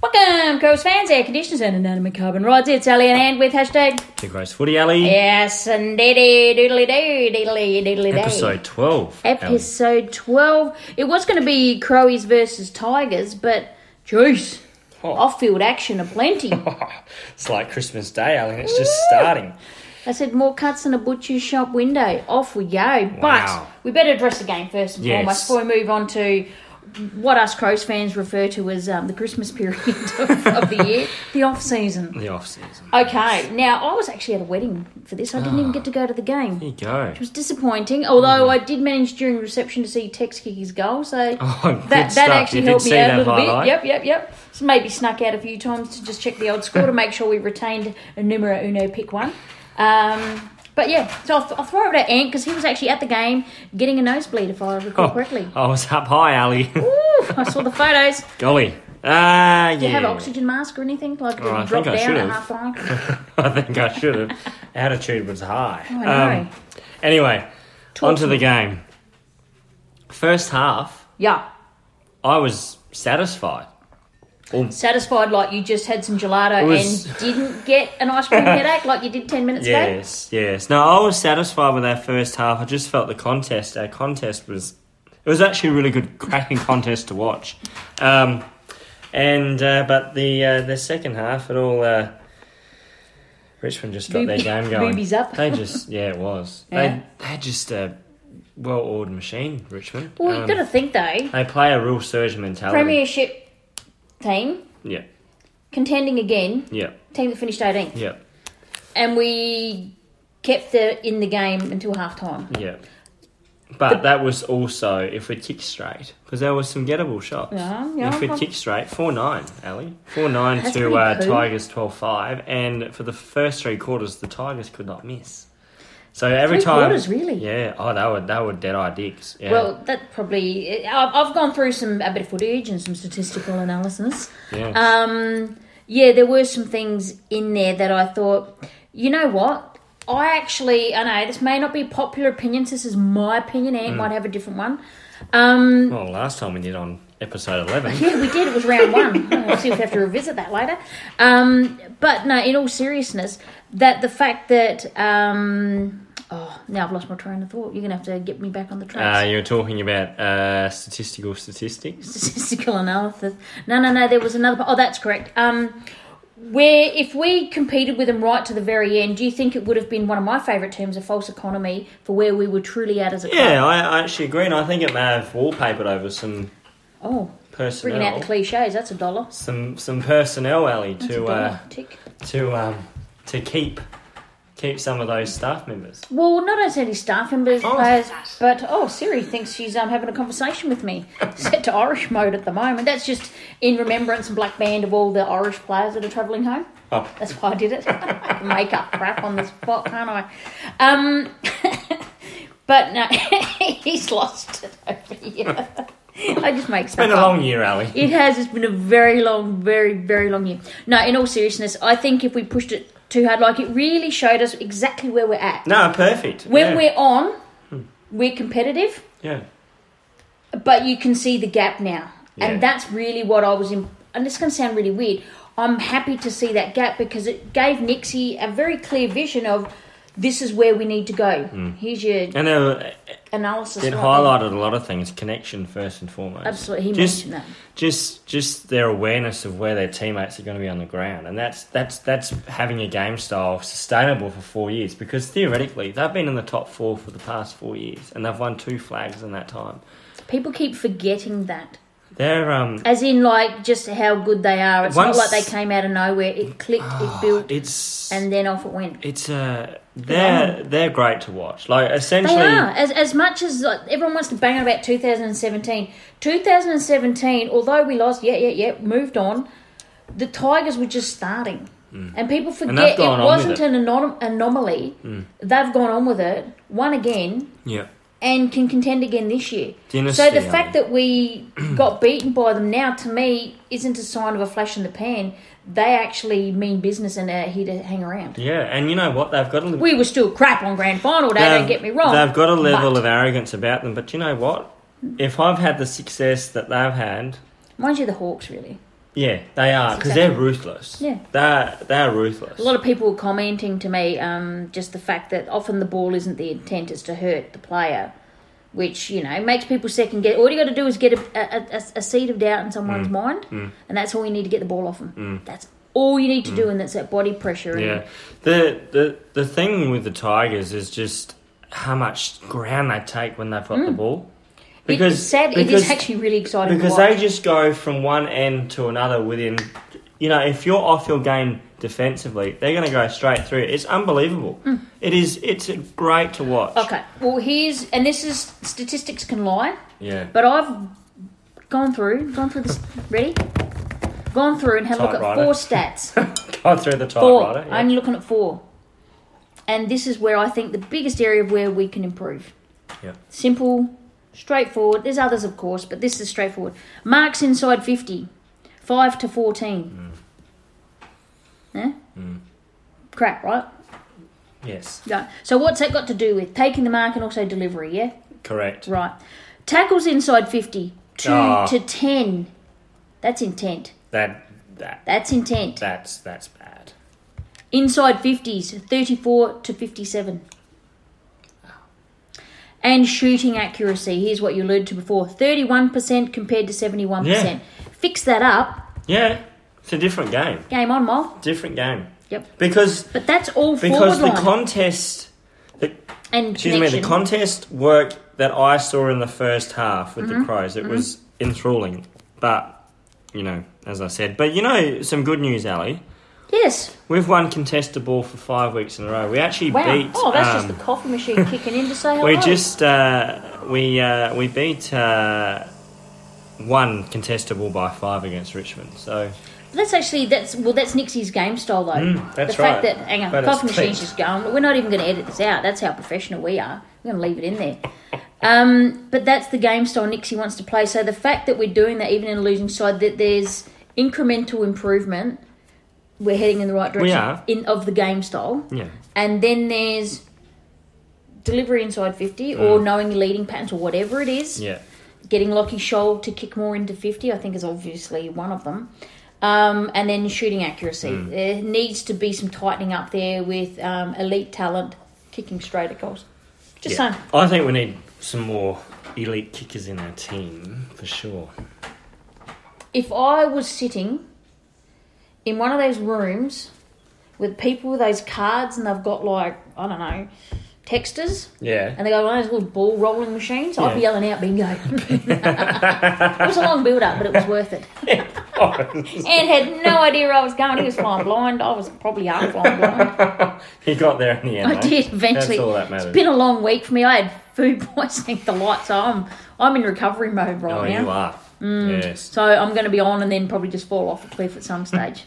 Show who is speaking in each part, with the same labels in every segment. Speaker 1: Welcome, Crows fans, air conditioners, and inanimate carbon rods. It's Ellie and Ann with hashtag.
Speaker 2: The Gross Footy Alley,
Speaker 1: Yes, indeedy, doodly doo, diddly, diddly day.
Speaker 2: episode 12. Ellie.
Speaker 1: Episode 12. It was going to be Crowies versus Tigers, but jeez,
Speaker 2: Oh.
Speaker 1: off field action aplenty.
Speaker 2: it's like Christmas Day, Ellie, and it's just starting.
Speaker 1: I said more cuts than a butcher's shop window. Off we go.
Speaker 2: Wow.
Speaker 1: But we better address the game first and
Speaker 2: Yes.
Speaker 1: foremost before we move on to what us Crows fans refer to as um, the Christmas period of, of the year, the off season.
Speaker 2: The off season.
Speaker 1: Okay, now I was actually at a wedding for this. I
Speaker 2: Ah.
Speaker 1: didn't even get to go to the game.
Speaker 2: There you go.
Speaker 1: It was disappointing, although I did manage during reception to see Tex kick his goal, so
Speaker 2: Oh, good
Speaker 1: that,
Speaker 2: stuff.
Speaker 1: that actually
Speaker 2: you
Speaker 1: helped me
Speaker 2: did see
Speaker 1: out
Speaker 2: that
Speaker 1: a little
Speaker 2: highlight.
Speaker 1: bit. Yep, yep, yep. So maybe snuck out a few times to just check the old score to make sure we retained a numero uno pick one. Um, but yeah, so I'll, I'll throw it at Ant because he was actually at the game getting a nosebleed, if I recall correctly.
Speaker 2: Oh, I was up high, Alley.
Speaker 1: Ooh, I saw the photos.
Speaker 2: Golly. Ah, yeah.
Speaker 1: Do you have an oxygen mask or anything? Like,
Speaker 2: Oh, I
Speaker 1: drop
Speaker 2: think I should
Speaker 1: down at
Speaker 2: have.
Speaker 1: half line?
Speaker 2: I think I should have. Attitude was high.
Speaker 1: Oh,
Speaker 2: Um,
Speaker 1: I know.
Speaker 2: anyway,
Speaker 1: Talk
Speaker 2: onto
Speaker 1: to
Speaker 2: the game. First half,
Speaker 1: Yeah.
Speaker 2: I was satisfied.
Speaker 1: Satisfied like you just had some gelato
Speaker 2: was-
Speaker 1: and didn't get an ice cream headache like you did 10 minutes ago?
Speaker 2: Yes, yes. No, I was satisfied with our first half. I just felt the contest, our contest was, it was actually a really good, cracking contest to watch. Um, and uh, but the uh, the second half, it all uh, Richmond just got
Speaker 1: Booby-
Speaker 2: their game going.
Speaker 1: boobies up.
Speaker 2: They just, yeah, it was.
Speaker 1: Yeah.
Speaker 2: They they just a well oiled machine, Richmond.
Speaker 1: Well,
Speaker 2: Um,
Speaker 1: you've got to think though.
Speaker 2: they play a real surge mentality.
Speaker 1: Premiership team
Speaker 2: Yeah,
Speaker 1: contending again,
Speaker 2: yeah,
Speaker 1: team that finished 18th.
Speaker 2: yeah,
Speaker 1: And we kept the in the game until half time.
Speaker 2: yeah. But that was also if we kick straight, because there was some gettable shots.
Speaker 1: Yeah, yeah.
Speaker 2: If we kick straight, four nine, Ali, four nine
Speaker 1: That's
Speaker 2: to
Speaker 1: pretty
Speaker 2: uh,
Speaker 1: cool.
Speaker 2: Tigers 12-5. and for the first three quarters, the Tigers could not miss. So every
Speaker 1: Three
Speaker 2: time,
Speaker 1: quarters, really?
Speaker 2: Yeah. Oh, they were they were dead eye dicks. Yeah.
Speaker 1: Well, that probably. I've, I've gone through some a bit of footage and some statistical analysis.
Speaker 2: yeah.
Speaker 1: Um, yeah, there were some things in there that I thought, you know what? I actually, I know this may not be popular opinion. This is my opinion. Ant might have a different one. Um,
Speaker 2: well, last time we did on episode eleven.
Speaker 1: Yeah, we did. It was round one. I'll see if we have to revisit that later. Um, but no, in all seriousness, that the fact that um, oh, now I've lost my train of thought. You're gonna have to get me back on the
Speaker 2: Uh,
Speaker 1: tracks.
Speaker 2: you were talking about uh, statistical statistics.
Speaker 1: Statistical analysis. No, no, no. There was another. Oh, that's correct. Um, where if we competed with them right to the very end, do you think it would have been one of my favourite terms, a false economy, for where we were truly at as a club?
Speaker 2: Yeah, I, I actually agree, and I think it may have wallpapered over some
Speaker 1: Oh,
Speaker 2: personnel,
Speaker 1: bringing out the cliches. That's a dollar.
Speaker 2: some some personnel, Ali,
Speaker 1: That's a
Speaker 2: to
Speaker 1: dollar.
Speaker 2: uh,
Speaker 1: Tick.
Speaker 2: to um, to keep keep some of those staff members.
Speaker 1: Well, not as any staff members,
Speaker 2: Oh.
Speaker 1: players, but oh, Siri thinks she's um, having a conversation with me. Set to Irish mode at the moment. That's just in remembrance and black band of all the Irish players that are travelling home.
Speaker 2: Oh,
Speaker 1: That's why I did it. I can make up crap on the spot, can't I? Um, but no, he's lost it over here. I just make stuff
Speaker 2: been a
Speaker 1: up.
Speaker 2: long year, Ali.
Speaker 1: It has. It's been a very long, very, very long year. No, in all seriousness, I think if we pushed it too hard, like it really showed us exactly where we're at.
Speaker 2: No, perfect.
Speaker 1: When
Speaker 2: yeah. Hmm.
Speaker 1: we're on, we're competitive,
Speaker 2: yeah,
Speaker 1: but you can see the gap now.
Speaker 2: Yeah.
Speaker 1: And that's really what I was in. And it's going to sound really weird. I'm happy to see that gap because it gave Nixie a very clear vision of this is where we need to go.
Speaker 2: Hmm.
Speaker 1: Here's your
Speaker 2: and uh,
Speaker 1: analysis.
Speaker 2: it
Speaker 1: right
Speaker 2: highlighted a lot of things. Connection first and foremost.
Speaker 1: there. Absolutely. He
Speaker 2: Just
Speaker 1: mentioned that.
Speaker 2: just just their awareness of where their teammates are going to be on the ground, and that's that's that's having a game style sustainable for four years. Because theoretically, they've been in the top four for the past four years, and they've won two flags in that time.
Speaker 1: People keep forgetting that.
Speaker 2: They're um,
Speaker 1: As in, like, just how good they are. It's
Speaker 2: Once- Ah,
Speaker 1: not like they came out of nowhere. It clicked, it built,
Speaker 2: it's
Speaker 1: and then off it went.
Speaker 2: it's uh, they're they're great to watch. Like essentially,
Speaker 1: They are. As, as much as like, everyone wants to bang on about 2017, 2017, although we lost, yeah, yeah, yeah, moved on, the Tigers were just starting. And people forget it
Speaker 2: Hmm. gone on with
Speaker 1: wasn't
Speaker 2: it. Hmm.
Speaker 1: an anom- anomaly. They've gone on with it, won again,
Speaker 2: yeah.
Speaker 1: and can contend again this year.
Speaker 2: Dynasty,
Speaker 1: so the
Speaker 2: I
Speaker 1: fact
Speaker 2: mean.
Speaker 1: that we got beaten by them now, to me, isn't a sign of a flash in the pan. They actually mean business and are here to hang around.
Speaker 2: Yeah, and you know what? They've got a little.
Speaker 1: We were still crap on grand final day, don't get me wrong.
Speaker 2: They've got a level
Speaker 1: but-
Speaker 2: of arrogance about them, but you know what? If I've had the success that they've had,
Speaker 1: Mind you, the Hawks really.
Speaker 2: Yeah, they are because they're ruthless.
Speaker 1: Yeah.
Speaker 2: they're they're ruthless.
Speaker 1: A lot of people were commenting to me um, just the fact that often the ball isn't the intent is to hurt the player, which you know makes people second guess. All you got to do is get a, a, a, a seed of doubt in
Speaker 2: Mm.
Speaker 1: someone's mind, and that's all you need to get the ball off them. That's all you need to do, and that's that body pressure.
Speaker 2: Mm. Yeah, the the the thing with the Tigers is just how much ground they take when they've got the ball.
Speaker 1: and
Speaker 2: Because
Speaker 1: it's sad. Mm. it
Speaker 2: because,
Speaker 1: is actually really exciting.
Speaker 2: because
Speaker 1: to watch.
Speaker 2: they just go from one end to another within. You know, if you're off your game defensively, they're going to go straight through. It's unbelievable. It is. It's great to watch.
Speaker 1: Hmm. Okay. Well, here's and this is statistics can lie,
Speaker 2: Yeah.
Speaker 1: but I've gone through gone through this. ready? Gone through and had a look at
Speaker 2: Typewriter.
Speaker 1: four stats.
Speaker 2: go Oh, through the
Speaker 1: four.
Speaker 2: typewriter. yeah.
Speaker 1: Only looking at four. And this is where I think the biggest area of where we can improve.
Speaker 2: Yeah.
Speaker 1: Simple, straightforward. There's others, of course, but this is straightforward. Marks inside 50, 5 to 14.
Speaker 2: Mm.
Speaker 1: Yeah? Crap, right?
Speaker 2: Yes.
Speaker 1: Yeah. So what's that got to do with taking the mark and also delivery, yeah?
Speaker 2: Correct.
Speaker 1: Right. Tackles inside 50, 2
Speaker 2: Ah.
Speaker 1: to 10. That's intent.
Speaker 2: That that
Speaker 1: That's intent.
Speaker 2: that's that's bad.
Speaker 1: Inside 50s, 34 to 57. And shooting accuracy, here's what you alluded to before 31% compared to 71%.
Speaker 2: Yeah.
Speaker 1: Fix that up,
Speaker 2: Yeah. It's a different game.
Speaker 1: game on, Mol.
Speaker 2: Different game.
Speaker 1: Yep.
Speaker 2: Because
Speaker 1: But that's all
Speaker 2: because the
Speaker 1: forward line
Speaker 2: contest the,
Speaker 1: and
Speaker 2: excuse me,
Speaker 1: connection.
Speaker 2: the contest work that I saw in the first half with
Speaker 1: Mm-hmm.
Speaker 2: the Crows, it was enthralling. But you know, as I said. But you know, some good news, Ali.
Speaker 1: yes.
Speaker 2: We've won contested ball for five weeks in a row. We actually
Speaker 1: Wow.
Speaker 2: beat
Speaker 1: oh, that's
Speaker 2: um,
Speaker 1: just the coffee machine kicking in to say hello.
Speaker 2: We just uh, we uh, we beat uh, one contestable by five against Richmond. So
Speaker 1: That's actually that's well, that's Nixie's game style though.
Speaker 2: Mm, that's
Speaker 1: the fact
Speaker 2: right.
Speaker 1: that hang on,
Speaker 2: But it's
Speaker 1: coffee machine's just
Speaker 2: clicked.
Speaker 1: going. We're not even going to edit this out. That's how professional we are. We're going to leave it in there. Um, but that's the game style Nixie wants to play. So the fact that we're doing that, even in a losing side, that there's incremental improvement. We're heading in the right direction
Speaker 2: are.
Speaker 1: in of the game style,
Speaker 2: yeah,
Speaker 1: and then there's delivery inside fifty
Speaker 2: Mm.
Speaker 1: or knowing your leading patterns or whatever it is
Speaker 2: yeah,
Speaker 1: getting Lockie Scholl to kick more into 50, I think, is obviously one of them. Um, and then shooting accuracy.
Speaker 2: Hmm.
Speaker 1: There needs to be some tightening up there with um, elite talent kicking straight at goals. Just
Speaker 2: yeah.
Speaker 1: saying.
Speaker 2: I think we need some more elite kickers in our team for sure.
Speaker 1: If I was sitting in one of those rooms with people with those cards and they've got like, I don't know, texters,
Speaker 2: Yeah,
Speaker 1: and they go, one of those little ball rolling machines, I'd be
Speaker 2: Yeah.
Speaker 1: yelling out bingo. it was a long build up, but it was worth it. and had no idea where I was going. He was flying blind. I was probably half flying blind.
Speaker 2: he got there in the end.
Speaker 1: I
Speaker 2: eh?
Speaker 1: did eventually.
Speaker 2: That's all that
Speaker 1: it's
Speaker 2: matters.
Speaker 1: been a long week for me. I had food poisoning the lot, so I'm I'm in recovery mode right
Speaker 2: oh,
Speaker 1: now.
Speaker 2: you are.
Speaker 1: Mm.
Speaker 2: Yes.
Speaker 1: So I'm going to be on and then probably just fall off a cliff at some stage.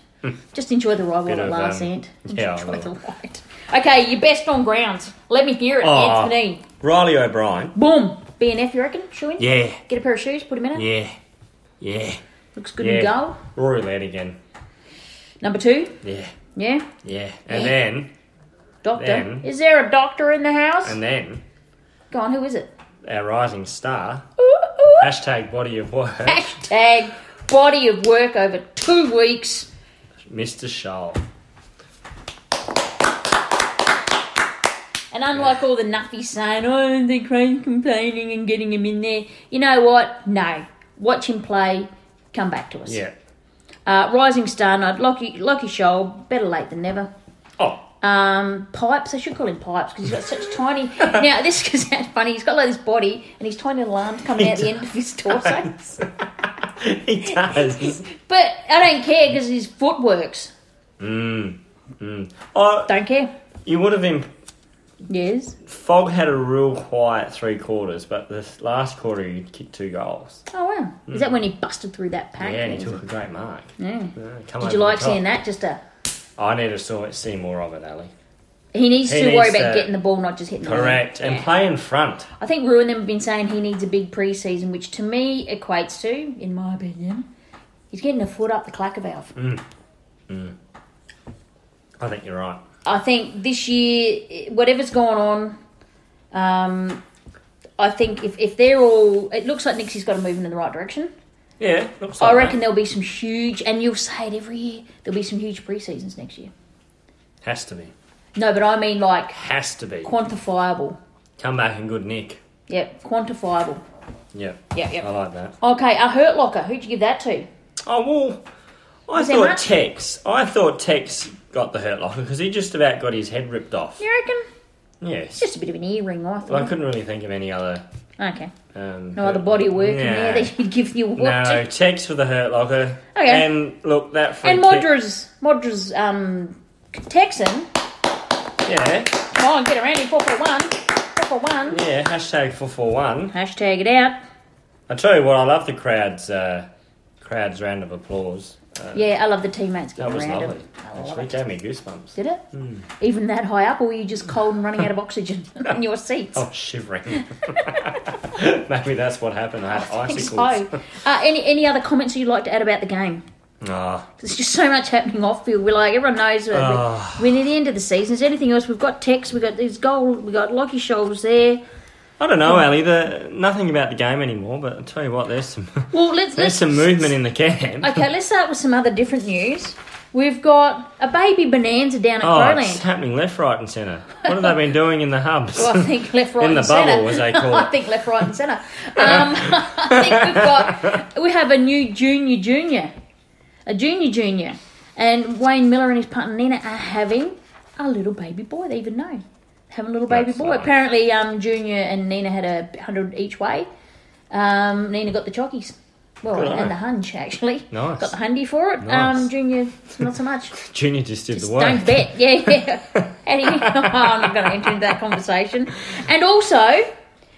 Speaker 1: just enjoy the ride while
Speaker 2: Bit
Speaker 1: it
Speaker 2: of,
Speaker 1: lasts,
Speaker 2: um,
Speaker 1: Ant.
Speaker 2: yeah, I
Speaker 1: enjoy the
Speaker 2: will.
Speaker 1: ride. Okay, you're best on grounds. Let me hear it,
Speaker 2: Aw.
Speaker 1: Anthony.
Speaker 2: Riley O'Brien.
Speaker 1: Boom. BNF, you reckon? Shoe in?
Speaker 2: Yeah,
Speaker 1: Get a pair of shoes, put him in it.
Speaker 2: yeah, yeah,
Speaker 1: Looks good
Speaker 2: yeah.
Speaker 1: in goal.
Speaker 2: Rory Lanigan.
Speaker 1: Number two,
Speaker 2: Yeah,
Speaker 1: yeah.
Speaker 2: yeah, and then
Speaker 1: Doctor.
Speaker 2: Then-
Speaker 1: Is there a doctor in the house?
Speaker 2: and then
Speaker 1: Go on, who is it?
Speaker 2: our rising star.
Speaker 1: Ooh, ooh.
Speaker 2: Hashtag body of work.
Speaker 1: Hashtag body of work over two weeks.
Speaker 2: Mr. Shoal.
Speaker 1: And unlike all the nuffies saying, oh, the crane complaining and getting him in there, you know what? No. Watch him play, come back to us.
Speaker 2: Yeah.
Speaker 1: Uh, Rising Star Night, Lockie, Lockie Shoal, better late than never.
Speaker 2: Oh,
Speaker 1: Um, Pipes, I should call him Pipes because he's got such tiny. Now, this is funny. He's got like this body and his tiny little arms coming out the end of his torso.
Speaker 2: he does.
Speaker 1: But I don't care because his foot works.
Speaker 2: oh,
Speaker 1: Don't care.
Speaker 2: you would have been.
Speaker 1: Yes.
Speaker 2: Fog had a real quiet three quarters, but this last quarter he kicked two goals.
Speaker 1: Oh wow! Is that when he busted through that pack?
Speaker 2: Hmm. Yeah, and he
Speaker 1: Is it?
Speaker 2: took a great mark.
Speaker 1: Yeah.
Speaker 2: Yeah, come
Speaker 1: Did you like seeing that? Just a
Speaker 2: I need to saw it, see more of it, Ali.
Speaker 1: he needs
Speaker 2: He
Speaker 1: to worry
Speaker 2: needs
Speaker 1: about
Speaker 2: to-
Speaker 1: getting the ball, not just hitting
Speaker 2: Correct,
Speaker 1: the ball.
Speaker 2: and play in front.
Speaker 1: I think Ruin them have been saying he needs a big preseason, which to me equates to, in my opinion, he's getting a foot up the clacker valve.
Speaker 2: Mm. I think you're right.
Speaker 1: I think this year, whatever's going on, um, I think if, if they're all, it looks like Nixie's got to move in the right direction.
Speaker 2: Yeah, looks like
Speaker 1: I reckon
Speaker 2: that.
Speaker 1: there'll be some huge, and you'll say it every year. There'll be some huge pre-seasons next year.
Speaker 2: has to be,
Speaker 1: No, but I mean like
Speaker 2: has to be.
Speaker 1: quantifiable.
Speaker 2: Come back in good nick.
Speaker 1: Yep, quantifiable.
Speaker 2: Yeah,
Speaker 1: Yep,
Speaker 2: I
Speaker 1: yep.
Speaker 2: like that.
Speaker 1: Okay, a hurt locker. Who'd you give that to?
Speaker 2: Oh well, I
Speaker 1: Was there
Speaker 2: thought
Speaker 1: much?
Speaker 2: Tex. I thought Tex got the hurt locker because he just about got his head ripped off.
Speaker 1: You reckon?
Speaker 2: Yes,
Speaker 1: Just a bit of an earring, I
Speaker 2: well, I
Speaker 1: thought.
Speaker 2: couldn't really think of any other.
Speaker 1: Okay,
Speaker 2: Um,
Speaker 1: no
Speaker 2: hurt-
Speaker 1: other body work in
Speaker 2: Nah.
Speaker 1: there that you'd give the award
Speaker 2: No,
Speaker 1: to.
Speaker 2: Tex for the hurt locker.
Speaker 1: Okay.
Speaker 2: And look, that free
Speaker 1: And
Speaker 2: kick-
Speaker 1: Modra's, Modra's um, Texan.
Speaker 2: Yeah,
Speaker 1: Come on, get around here, four for one, four for one.
Speaker 2: yeah. Hashtag four four one.
Speaker 1: Hashtag it out.
Speaker 2: I tell you what, I love the crowd's uh, crowd's round of applause. Uh,
Speaker 1: Yeah, I love the teammates
Speaker 2: that
Speaker 1: getting
Speaker 2: was
Speaker 1: around
Speaker 2: lovely.
Speaker 1: him.
Speaker 2: Hmm.
Speaker 1: I love
Speaker 2: Actually,
Speaker 1: it.
Speaker 2: gave me goosebumps.
Speaker 1: Did it? Even that high up, or were you just cold and running out of oxygen in your seats?
Speaker 2: Oh, shivering. Maybe that's what happened. I had
Speaker 1: I think
Speaker 2: icicles.
Speaker 1: so. Uh, any any other comments you'd like to add about the game?
Speaker 2: Ah,
Speaker 1: There's just so much happening off field. We're like everyone knows we're,
Speaker 2: Ah.
Speaker 1: we're near the end of the season. Is there anything else? We've got Tex. We've got his goal. We've got Lockie Shoals there.
Speaker 2: I don't know, Ali. The, nothing about the game anymore. But I tell you what, there's some
Speaker 1: Well, let's
Speaker 2: there's
Speaker 1: let's
Speaker 2: some movement in the camp.
Speaker 1: Okay, let's start with some other different news. We've got a baby bonanza down at
Speaker 2: Oh, it's
Speaker 1: Crowland.
Speaker 2: happening left, right, and centre. What have they been doing in the hubs?
Speaker 1: Well, I think left, right,
Speaker 2: In the
Speaker 1: and centre.
Speaker 2: bubble, as they call
Speaker 1: I
Speaker 2: it.
Speaker 1: think left, right, and centre. Um, I think we've got we have a new junior, junior, a junior, junior, and Wayne Miller and his partner Nina are having a little baby boy. They even know having a little baby
Speaker 2: That's
Speaker 1: boy.
Speaker 2: nice.
Speaker 1: Apparently, um, Junior and Nina had a hundred each way. Um, Nina got the chockies. Well,
Speaker 2: Good on her.
Speaker 1: and the hunch actually.
Speaker 2: Nice.
Speaker 1: Got the hundy for it.
Speaker 2: Nice.
Speaker 1: Um, junior, not so much.
Speaker 2: Junior just did the work.
Speaker 1: Don't bet. Yeah, yeah. Eddie, I'm not going to enter into that conversation. And also,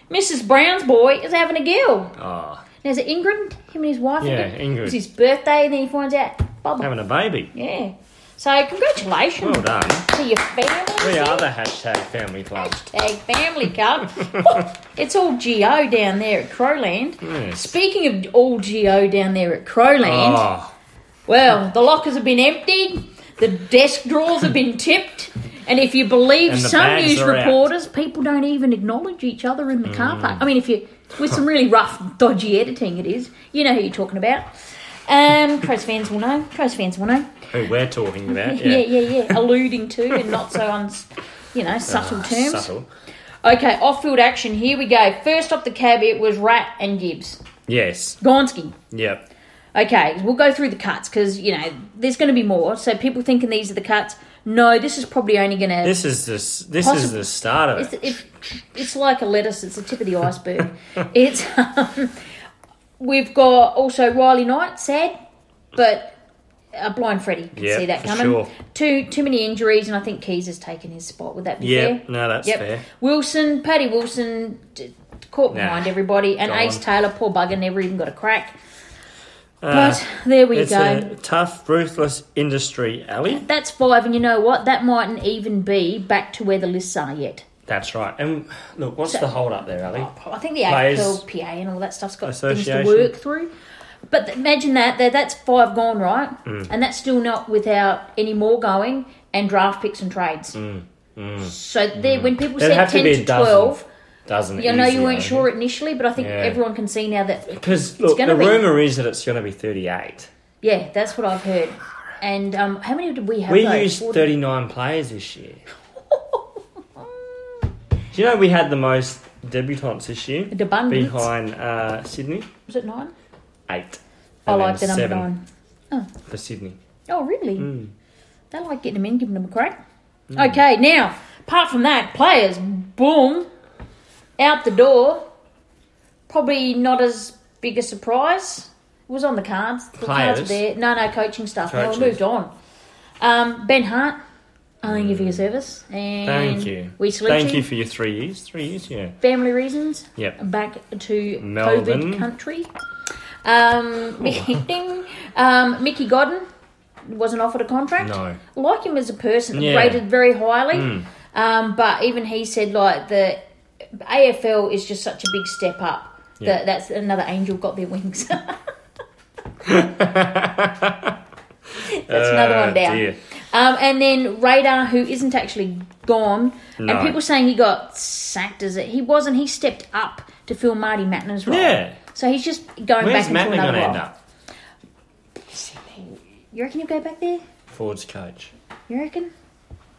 Speaker 1: Mrs. Brown's boy is having a girl.
Speaker 2: Ah,
Speaker 1: Now, is it Ingrid? Him and his wife? I
Speaker 2: Yeah,
Speaker 1: think.
Speaker 2: Ingrid.
Speaker 1: It was his birthday, and then he finds out. Bubba.
Speaker 2: having a baby.
Speaker 1: Yeah. So,
Speaker 2: Well
Speaker 1: congratulations
Speaker 2: done.
Speaker 1: to your family.
Speaker 2: We are the hashtag family club.
Speaker 1: Hashtag family card. it's all GO down there at Crowland.
Speaker 2: Yes.
Speaker 1: Speaking of all GO down there at Crowland,
Speaker 2: Oh,
Speaker 1: well, the lockers have been emptied, the desk drawers have been tipped, and if you believe
Speaker 2: And the
Speaker 1: some
Speaker 2: bags
Speaker 1: news
Speaker 2: are out. Mm.
Speaker 1: reporters, people don't even acknowledge each other in the car park. I mean, if you with some really rough, dodgy editing, it is. You know who you're talking about. Um, Crows fans will know. Crows fans will know.
Speaker 2: who we're talking about?
Speaker 1: Yeah, yeah, yeah. Alluding to in not so un, you know, subtle terms.
Speaker 2: Ah, Subtle.
Speaker 1: Okay, off-field action. Here we go. First up the cab, it was Rat and Gibbs.
Speaker 2: Yes.
Speaker 1: Gonski.
Speaker 2: Yep.
Speaker 1: Okay, we'll go through the cuts because you know there's going to be more. So people thinking these are the cuts. No, this is probably only going to.
Speaker 2: This is this. This
Speaker 1: Possib-
Speaker 2: is the start
Speaker 1: It's,
Speaker 2: of it.
Speaker 1: it, it's like a lettuce. It's the tip of the iceberg. it's. Um, we've got also Riley Knight, sad, but a blind Freddie can
Speaker 2: Yeah,
Speaker 1: see that
Speaker 2: for
Speaker 1: coming.
Speaker 2: sure.
Speaker 1: Too too many injuries, and I think Keys has taken his spot. Would that be
Speaker 2: Yeah.
Speaker 1: fair?
Speaker 2: No, that's
Speaker 1: Yep.
Speaker 2: fair.
Speaker 1: Wilson, Paddy Wilson, d- caught
Speaker 2: Nah,
Speaker 1: behind everybody, and
Speaker 2: gone.
Speaker 1: Ace Taylor, poor bugger, never even got a crack.
Speaker 2: Uh,
Speaker 1: But there we
Speaker 2: it's
Speaker 1: go.
Speaker 2: a tough, ruthless industry, Ali.
Speaker 1: That's five, and you know what? That mightn't even be back to where the lists are yet.
Speaker 2: That's right. And look, what's the hold up there, Ali?
Speaker 1: I think the
Speaker 2: Players-
Speaker 1: AFLPA and all that stuff's got things to
Speaker 2: Association.
Speaker 1: work through. But th- imagine that, that that's five gone, right?
Speaker 2: Mm.
Speaker 1: And that's still not without any more going and draft picks and trades. So there, when people
Speaker 2: Mm,
Speaker 1: said
Speaker 2: There'd have to
Speaker 1: 10
Speaker 2: be a
Speaker 1: to,
Speaker 2: dozen.
Speaker 1: 12,
Speaker 2: Doesn't it?
Speaker 1: you know you weren't sure initially, but I think
Speaker 2: Yeah.
Speaker 1: everyone can see now that,
Speaker 2: Because look,
Speaker 1: gonna
Speaker 2: the
Speaker 1: be-
Speaker 2: rumor is that it's going to be thirty-eight.
Speaker 1: yeah, that's what I've heard. And um, how many did we have?
Speaker 2: We
Speaker 1: though?
Speaker 2: used
Speaker 1: 40?
Speaker 2: thirty-nine players this year. Do you know we had the most debutants this year?
Speaker 1: An abundance.
Speaker 2: Behind uh, Sydney,
Speaker 1: Was it nine?
Speaker 2: eight.
Speaker 1: I
Speaker 2: And
Speaker 1: like the
Speaker 2: then
Speaker 1: number
Speaker 2: seven
Speaker 1: nine.
Speaker 2: for Sydney.
Speaker 1: Oh, really?
Speaker 2: Mm.
Speaker 1: They like getting them in, giving them a crack. Okay, now, apart from that, players, boom, out the door. Probably not as big a surprise. It was on the cards. The cards were there.
Speaker 2: Players?
Speaker 1: No, no, coaching stuff. No, we
Speaker 2: Coaches.
Speaker 1: moved on. Um, ben Hart, I thank you for your service. And
Speaker 2: Mm. Thank you.
Speaker 1: We salute
Speaker 2: Thank
Speaker 1: you.
Speaker 2: you for your three years. Three years, yeah.
Speaker 1: Family reasons.
Speaker 2: Yep.
Speaker 1: Back to
Speaker 2: Melbourne. Oh.
Speaker 1: COVID country. Um, ding. um, Mickey Godden wasn't offered a contract
Speaker 2: No.
Speaker 1: like him as a person,
Speaker 2: Yeah. Hmm.
Speaker 1: rated very highly. Um, but even he said like the AFL is just such a big step up.
Speaker 2: Yeah.
Speaker 1: That that's another angel got their wings. that's another
Speaker 2: Uh,
Speaker 1: one down.
Speaker 2: dear.
Speaker 1: Um, and then Radar, who isn't actually gone,
Speaker 2: No.
Speaker 1: and people saying he got sacked. Is it? He wasn't. He stepped up to fill Marty Matner's role.
Speaker 2: Yeah.
Speaker 1: So he's just going
Speaker 2: Where's
Speaker 1: back into
Speaker 2: Matner
Speaker 1: another
Speaker 2: going to end
Speaker 1: role.
Speaker 2: up?
Speaker 1: You reckon he'll go back there?
Speaker 2: Ford's coach.
Speaker 1: You reckon?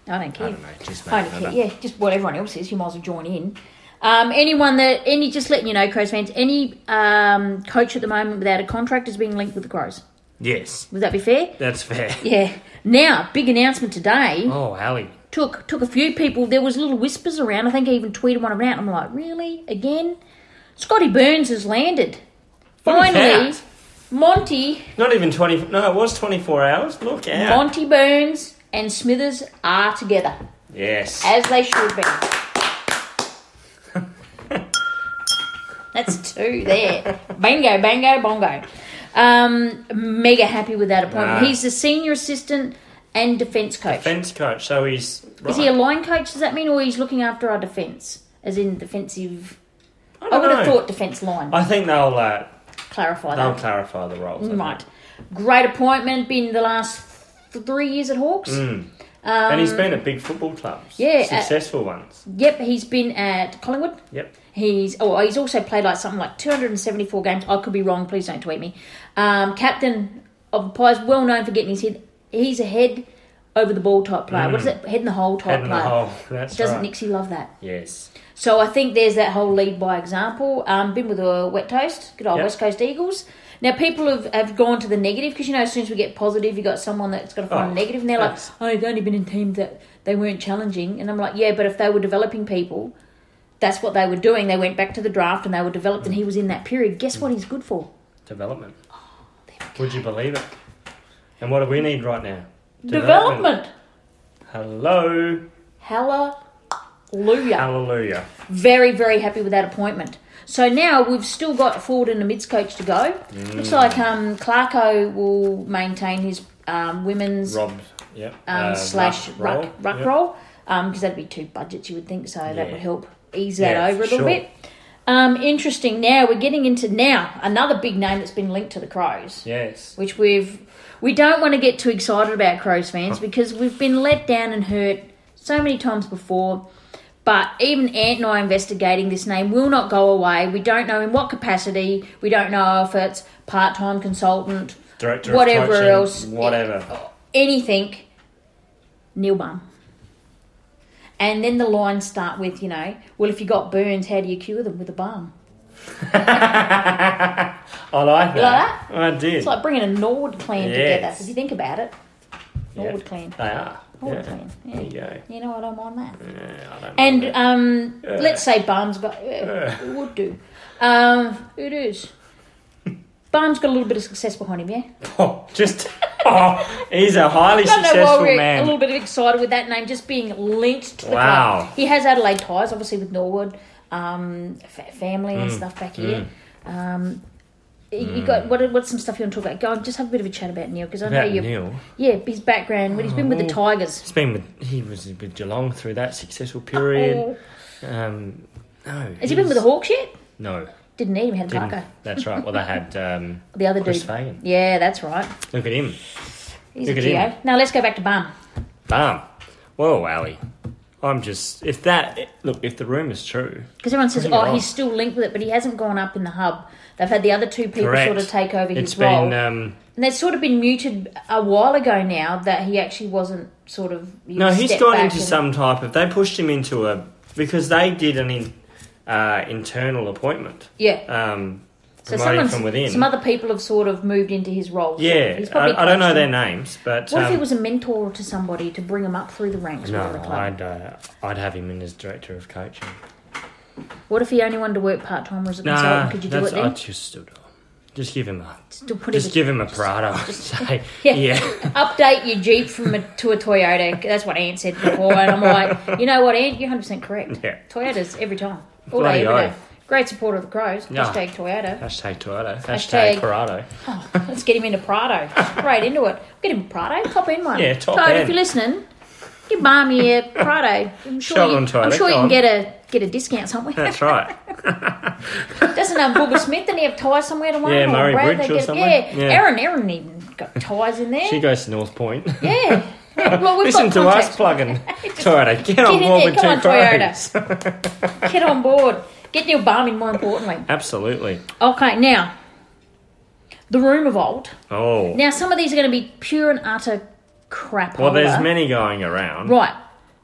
Speaker 1: I don't care.
Speaker 2: I don't know. Just
Speaker 1: I
Speaker 2: Matner.
Speaker 1: don't care. Yeah, just what everyone else is, you might as well join in. Um, anyone that any just letting you know, Crows fans, any um, coach at the moment without a contract is being linked with the Crows.
Speaker 2: Yes,
Speaker 1: Would that be fair?
Speaker 2: that's fair.
Speaker 1: Yeah. Now, big announcement today.
Speaker 2: Oh, Hallie.
Speaker 1: Took took a few people. There was little whispers around. I think I even tweeted one of them out. I'm like, really again? Scotty Burns has landed.
Speaker 2: What is
Speaker 1: Finally,
Speaker 2: that?
Speaker 1: Monty
Speaker 2: Not even 20. No, it was 24 hours. Look out.
Speaker 1: Monty Burns and Smithers are together
Speaker 2: yes.
Speaker 1: as they should be. That's two there. Bingo, bango, bongo. Um, mega happy with that appointment.
Speaker 2: Nah.
Speaker 1: He's the senior assistant and defence coach.
Speaker 2: Defence coach. So he's. Right.
Speaker 1: Is he a line coach? Does that mean, or he's looking after our defence, as in defensive?
Speaker 2: I,
Speaker 1: I
Speaker 2: don't
Speaker 1: would have
Speaker 2: know.
Speaker 1: thought defence line.
Speaker 2: I think they'll uh,
Speaker 1: Clarify
Speaker 2: they'll
Speaker 1: that.
Speaker 2: clarify the roles. I think.
Speaker 1: Right. Great appointment. Been the last th- three years at Hawks.
Speaker 2: Mm. and he's been at big football clubs.
Speaker 1: Um, yeah, uh,
Speaker 2: Successful ones.
Speaker 1: Yep, he's been at Collingwood.
Speaker 2: Yep.
Speaker 1: He's oh, he's also played like something like 274 games. I could be wrong. Please don't tweet me. Um, captain of Pies, well known for getting his head. He's a head over the ball type player. What is it? Head in the hole type
Speaker 2: Mm. Head in the
Speaker 1: player.
Speaker 2: hole. That's
Speaker 1: Doesn't
Speaker 2: right.
Speaker 1: Nixie love that?
Speaker 2: Yes.
Speaker 1: So I think there's that whole lead by example. Um, been with the wet toast, good old
Speaker 2: Yep.
Speaker 1: West Coast Eagles. Now people have, have gone to the negative because you know as soon as we get positive, you got someone that's going to find
Speaker 2: Oh,
Speaker 1: negative, and they're
Speaker 2: yes.
Speaker 1: like, "Oh, they've only been in teams that they weren't challenging." And I'm like, "Yeah, but if they were developing people, that's what they were doing. They went back to the draft and they were developed, and he was in that period. Guess what? He's good for
Speaker 2: Development.
Speaker 1: Oh,
Speaker 2: Would you believe it? And what do we need right now?
Speaker 1: development.
Speaker 2: Hello.
Speaker 1: Hallelujah.
Speaker 2: Hallelujah.
Speaker 1: Very, very happy with that appointment. So now we've still got a forward and a mids coach to go.
Speaker 2: Mm.
Speaker 1: Looks like um, Clarko will maintain his um, women's
Speaker 2: Rob. Yep.
Speaker 1: um,
Speaker 2: Uh,
Speaker 1: slash
Speaker 2: Ruck
Speaker 1: ruck,
Speaker 2: roll.
Speaker 1: ruck
Speaker 2: Yep.
Speaker 1: roll because that'd be two budgets you would think. So that
Speaker 2: Yeah.
Speaker 1: would help ease that
Speaker 2: Yeah,
Speaker 1: over a little
Speaker 2: sure.
Speaker 1: bit. Um, interesting. Now we're getting into now another big name that's been linked to the Crows
Speaker 2: Yes.
Speaker 1: which we've we don't want to get too excited about Crows
Speaker 2: Oh.
Speaker 1: fans because we've been let down and hurt so many times before. But even Ant and I investigating this name will not go away. We don't know in what capacity. We don't know if it's part time consultant,
Speaker 2: Director of
Speaker 1: whatever
Speaker 2: coaching,
Speaker 1: else,
Speaker 2: Whatever.
Speaker 1: anything. Neil Bum. And then the lines start with, you know, well, if you got burns, how do you cure them with a balm?
Speaker 2: I like that.
Speaker 1: that?
Speaker 2: I did.
Speaker 1: It's like bringing a Nord clan together.
Speaker 2: Yes.
Speaker 1: If you think about it,
Speaker 2: Yeah.
Speaker 1: Nord clan.
Speaker 2: They are.
Speaker 1: Nord
Speaker 2: yeah.
Speaker 1: clan. Yeah.
Speaker 2: There you go.
Speaker 1: You know, I don't mind that.
Speaker 2: Yeah, I don't
Speaker 1: And
Speaker 2: know.
Speaker 1: um,
Speaker 2: Yeah.
Speaker 1: let's say Barnes got yeah, it would do. Um, it is. Barnes got a little bit of success behind him, yeah.
Speaker 2: Oh, just oh, he's a highly
Speaker 1: I don't know why
Speaker 2: successful
Speaker 1: we're a little
Speaker 2: man.
Speaker 1: bit excited with that name just being linked to the
Speaker 2: Wow.
Speaker 1: club. He has Adelaide ties, obviously with Norwood, um, fa- family
Speaker 2: Mm.
Speaker 1: and stuff back here. Um, you you got what? What's some stuff you want to talk about? Go on, just have a bit of a chat about Neil because I know
Speaker 2: About
Speaker 1: you.
Speaker 2: Neil.
Speaker 1: Yeah, his background. When he's been with the
Speaker 2: Oh.
Speaker 1: Tigers.
Speaker 2: He's been with he was with Geelong through that successful period. Um, no,
Speaker 1: Oh. Has he been with the Hawks yet?
Speaker 2: No,
Speaker 1: Didn't need him. Had
Speaker 2: didn't.
Speaker 1: Parker.
Speaker 2: That's right. Well, they had um,
Speaker 1: The other
Speaker 2: Chris
Speaker 1: dude.
Speaker 2: Fagan.
Speaker 1: Yeah, that's right.
Speaker 2: Look at him.
Speaker 1: He's
Speaker 2: Look
Speaker 1: a
Speaker 2: at him.
Speaker 1: geo. Now let's go back to Bum.
Speaker 2: Bam. Whoa, Ali. I'm just if that look if the rumour's true.
Speaker 1: Because everyone says,
Speaker 2: Bring it
Speaker 1: oh,
Speaker 2: on.
Speaker 1: he's still linked with it, but he hasn't gone up in the hub. They've had the other two people
Speaker 2: Correct.
Speaker 1: sort of take over his
Speaker 2: It's
Speaker 1: role.
Speaker 2: been um,
Speaker 1: and that's sort of been muted a while ago now that he actually wasn't sort of. he
Speaker 2: No, he's
Speaker 1: stepped
Speaker 2: gone
Speaker 1: back
Speaker 2: into
Speaker 1: and-
Speaker 2: some type of. They pushed him into a because they did an in, uh, internal appointment,
Speaker 1: Yeah.
Speaker 2: um,
Speaker 1: So
Speaker 2: promoting
Speaker 1: someone,
Speaker 2: from within.
Speaker 1: some other people have sort of moved into his role.
Speaker 2: yeah,
Speaker 1: He's probably
Speaker 2: I, I don't know
Speaker 1: coached
Speaker 2: their
Speaker 1: him.
Speaker 2: names, but
Speaker 1: What if he
Speaker 2: um,
Speaker 1: was a mentor to somebody to bring him up through the ranks
Speaker 2: no,
Speaker 1: within the club?
Speaker 2: I'd uh, I'd have him in as director of coaching.
Speaker 1: What if he only wanted to work part time or as a
Speaker 2: Nah,
Speaker 1: consultant? Could you do
Speaker 2: that's,
Speaker 1: it then?
Speaker 2: I'd just still do it. Just give him a
Speaker 1: Still put
Speaker 2: just
Speaker 1: him-
Speaker 2: give him a Prado. and say,
Speaker 1: Yeah.
Speaker 2: yeah.
Speaker 1: update your Jeep from a, to a Toyota. That's what Ant said before, and I'm like, you know what, Ant, you're 100 percent correct.
Speaker 2: Yeah.
Speaker 1: Toyotas every time, all
Speaker 2: Bloody
Speaker 1: day, every day.
Speaker 2: oath.
Speaker 1: Great supporter of the Crows.
Speaker 2: Yeah.
Speaker 1: Hashtag Toyota.
Speaker 2: Hashtag Toyota.
Speaker 1: Hashtag-
Speaker 2: Hashtag Prado.
Speaker 1: Let's get him into Prado. Right into it. Get him a Prado. Cop in one.
Speaker 2: Yeah, top
Speaker 1: Toad, if
Speaker 2: end.
Speaker 1: you're listening, give Barmy a Prado. I'm sure
Speaker 2: Shove
Speaker 1: you,
Speaker 2: on, Toyota,
Speaker 1: I'm sure
Speaker 2: go
Speaker 1: you can
Speaker 2: on.
Speaker 1: get a get a discount somewhere.
Speaker 2: That's right.
Speaker 1: Doesn't um, Booger Smith didn't he have ties somewhere to one?
Speaker 2: Yeah, Murray
Speaker 1: Brad,
Speaker 2: Bridge
Speaker 1: they
Speaker 2: or
Speaker 1: get-
Speaker 2: somewhere.
Speaker 1: Yeah.
Speaker 2: Yeah.
Speaker 1: Aaron, Aaron even got ties in there.
Speaker 2: she goes to North Point.
Speaker 1: yeah. Well, we've
Speaker 2: Listen
Speaker 1: got
Speaker 2: to
Speaker 1: contacts.
Speaker 2: us plugging Toyota. Get
Speaker 1: Get
Speaker 2: on
Speaker 1: in
Speaker 2: board
Speaker 1: there,
Speaker 2: with
Speaker 1: come on,
Speaker 2: two Crows.
Speaker 1: Toyota. Get on board. Get Neil Barman more importantly.
Speaker 2: Absolutely.
Speaker 1: Okay, now the rumor vault.
Speaker 2: Oh.
Speaker 1: Now some of these are going to be pure and utter crap.
Speaker 2: well, there's many going around.
Speaker 1: Right.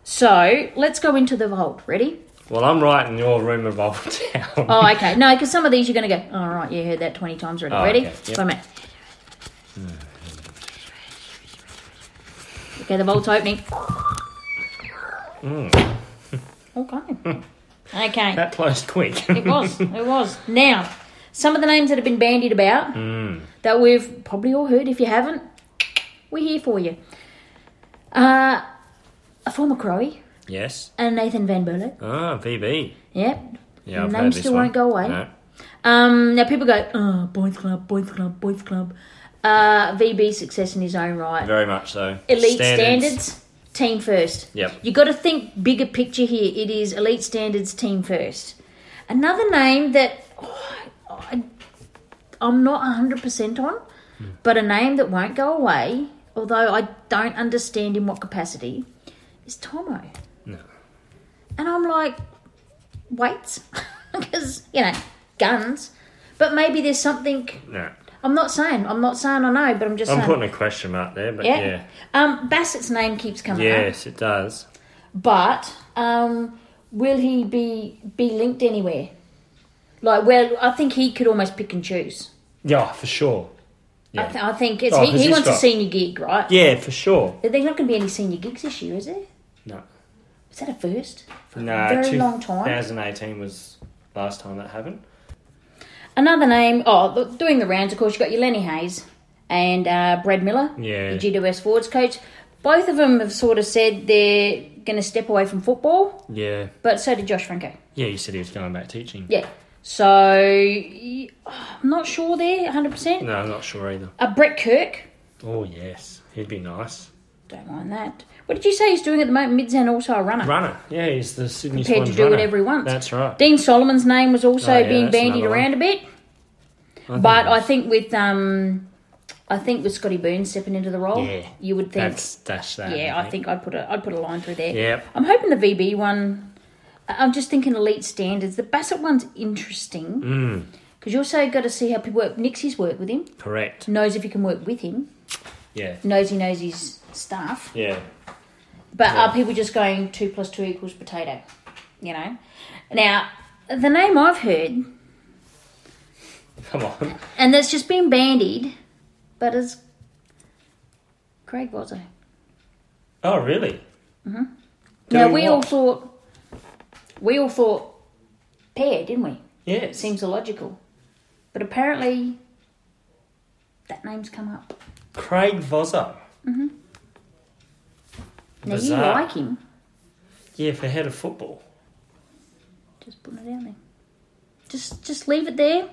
Speaker 1: So let's go into the vault. Ready?
Speaker 2: Well, I'm writing your rumour vault down.
Speaker 1: Oh, okay. No, because some of these you're going to go. All right, you heard that twenty times already.
Speaker 2: Oh,
Speaker 1: Ready?
Speaker 2: okay, yep.
Speaker 1: Wait a minute. Okay, the vault's opening.
Speaker 2: Hmm.
Speaker 1: Okay. Okay.
Speaker 2: That closed quick.
Speaker 1: It was. It was. Now, some of the names that have been bandied about that we've probably all heard. If you haven't, we're here for you. Uh, a former Crowie
Speaker 2: yes.
Speaker 1: and Nathan Van Berlo.
Speaker 2: Ah, VB.
Speaker 1: Yep.
Speaker 2: Yeah, I've
Speaker 1: Names
Speaker 2: heard this
Speaker 1: still
Speaker 2: one.
Speaker 1: won't go away.
Speaker 2: No.
Speaker 1: Um, now people go, oh, boys club, boys club, boys club. Uh, VB success in his own right.
Speaker 2: Very much so.
Speaker 1: Elite standards. team first.
Speaker 2: Yep.
Speaker 1: You got to think bigger picture here. It is elite standards, team first. Another name that oh, I, I'm not 100% on,
Speaker 2: Hmm.
Speaker 1: but a name that won't go away, although I don't understand in what capacity, is Tomo.
Speaker 2: No.
Speaker 1: And I'm like, weights? Because, you know, guns. But maybe there's something.
Speaker 2: No.
Speaker 1: I'm not saying. I'm not saying I know, but I'm just
Speaker 2: I'm
Speaker 1: saying.
Speaker 2: putting a question mark there, but
Speaker 1: yeah.
Speaker 2: yeah.
Speaker 1: Um, Bassett's name keeps coming up.
Speaker 2: Yes, it does.
Speaker 1: But um, will he be be linked anywhere? Like, well, I think he could almost pick and choose.
Speaker 2: Yeah, for sure.
Speaker 1: I,
Speaker 2: Yeah,
Speaker 1: th- I think it's,
Speaker 2: Oh,
Speaker 1: he,
Speaker 2: has
Speaker 1: he
Speaker 2: he
Speaker 1: wants a
Speaker 2: got-
Speaker 1: senior gig, right?
Speaker 2: yeah for sure.
Speaker 1: There's not going to be any senior gigs this year, is there?
Speaker 2: No.
Speaker 1: Is that a first?
Speaker 2: No,
Speaker 1: Very long time.
Speaker 2: 2018 was last time that happened.
Speaker 1: Another name, oh, th- doing the rounds, of course, you've got your Lenny Hayes and uh, Brad Miller,
Speaker 2: Yeah.
Speaker 1: your GWS forwards coach. Both of them have sort of said they're going to step away from football,
Speaker 2: Yeah.
Speaker 1: but so did Josh Franco.
Speaker 2: Yeah, you said he was going back teaching.
Speaker 1: Yeah. So, y- I'm not sure there, 100%.
Speaker 2: No, I'm not sure either.
Speaker 1: Uh, Brett Kirk,
Speaker 2: Oh, yes. He'd be nice.
Speaker 1: Don't mind that. What did you say he's doing at the moment? Midzan also a runner.
Speaker 2: Runner. Yeah, he's the Sydney
Speaker 1: Prepared to
Speaker 2: Swans
Speaker 1: do
Speaker 2: runner.
Speaker 1: whatever he wants.
Speaker 2: That's right.
Speaker 1: Dean Solomon's name was also
Speaker 2: Oh, yeah,
Speaker 1: being
Speaker 2: that's
Speaker 1: bandied
Speaker 2: another
Speaker 1: around a bit,
Speaker 2: I
Speaker 1: but
Speaker 2: think that's-
Speaker 1: I think with um, I think with Scotty Burns stepping into the role,
Speaker 2: Yeah.
Speaker 1: you would think.
Speaker 2: That's dash that.
Speaker 1: yeah, I think I'd put a I'd put a line through there.
Speaker 2: Yep.
Speaker 1: I'm hoping the VB one. I- I'm just thinking elite standards. The Bassett one's
Speaker 2: Mm.
Speaker 1: interesting because you also got to see how people work. Nixie's work with him
Speaker 2: Correct.
Speaker 1: knows if he can work with him.
Speaker 2: Yeah.
Speaker 1: Knows he knows his staff.
Speaker 2: Yeah.
Speaker 1: But are people just going two plus two equals potato? You know? Now, the name I've heard,
Speaker 2: Come on.
Speaker 1: and that's just been bandied, but is Craig Wozzo.
Speaker 2: Oh, really? Mm-hmm.
Speaker 1: Now, we all thought, we all thought pair, didn't we?
Speaker 2: Yeah.
Speaker 1: Seems illogical. But apparently, that name's come up.
Speaker 2: Craig Vozza.
Speaker 1: Mm-hmm. Now,
Speaker 2: Bizarre.
Speaker 1: you like him.
Speaker 2: Yeah, for head of football.
Speaker 1: Just putting it out there. Just just leave it there.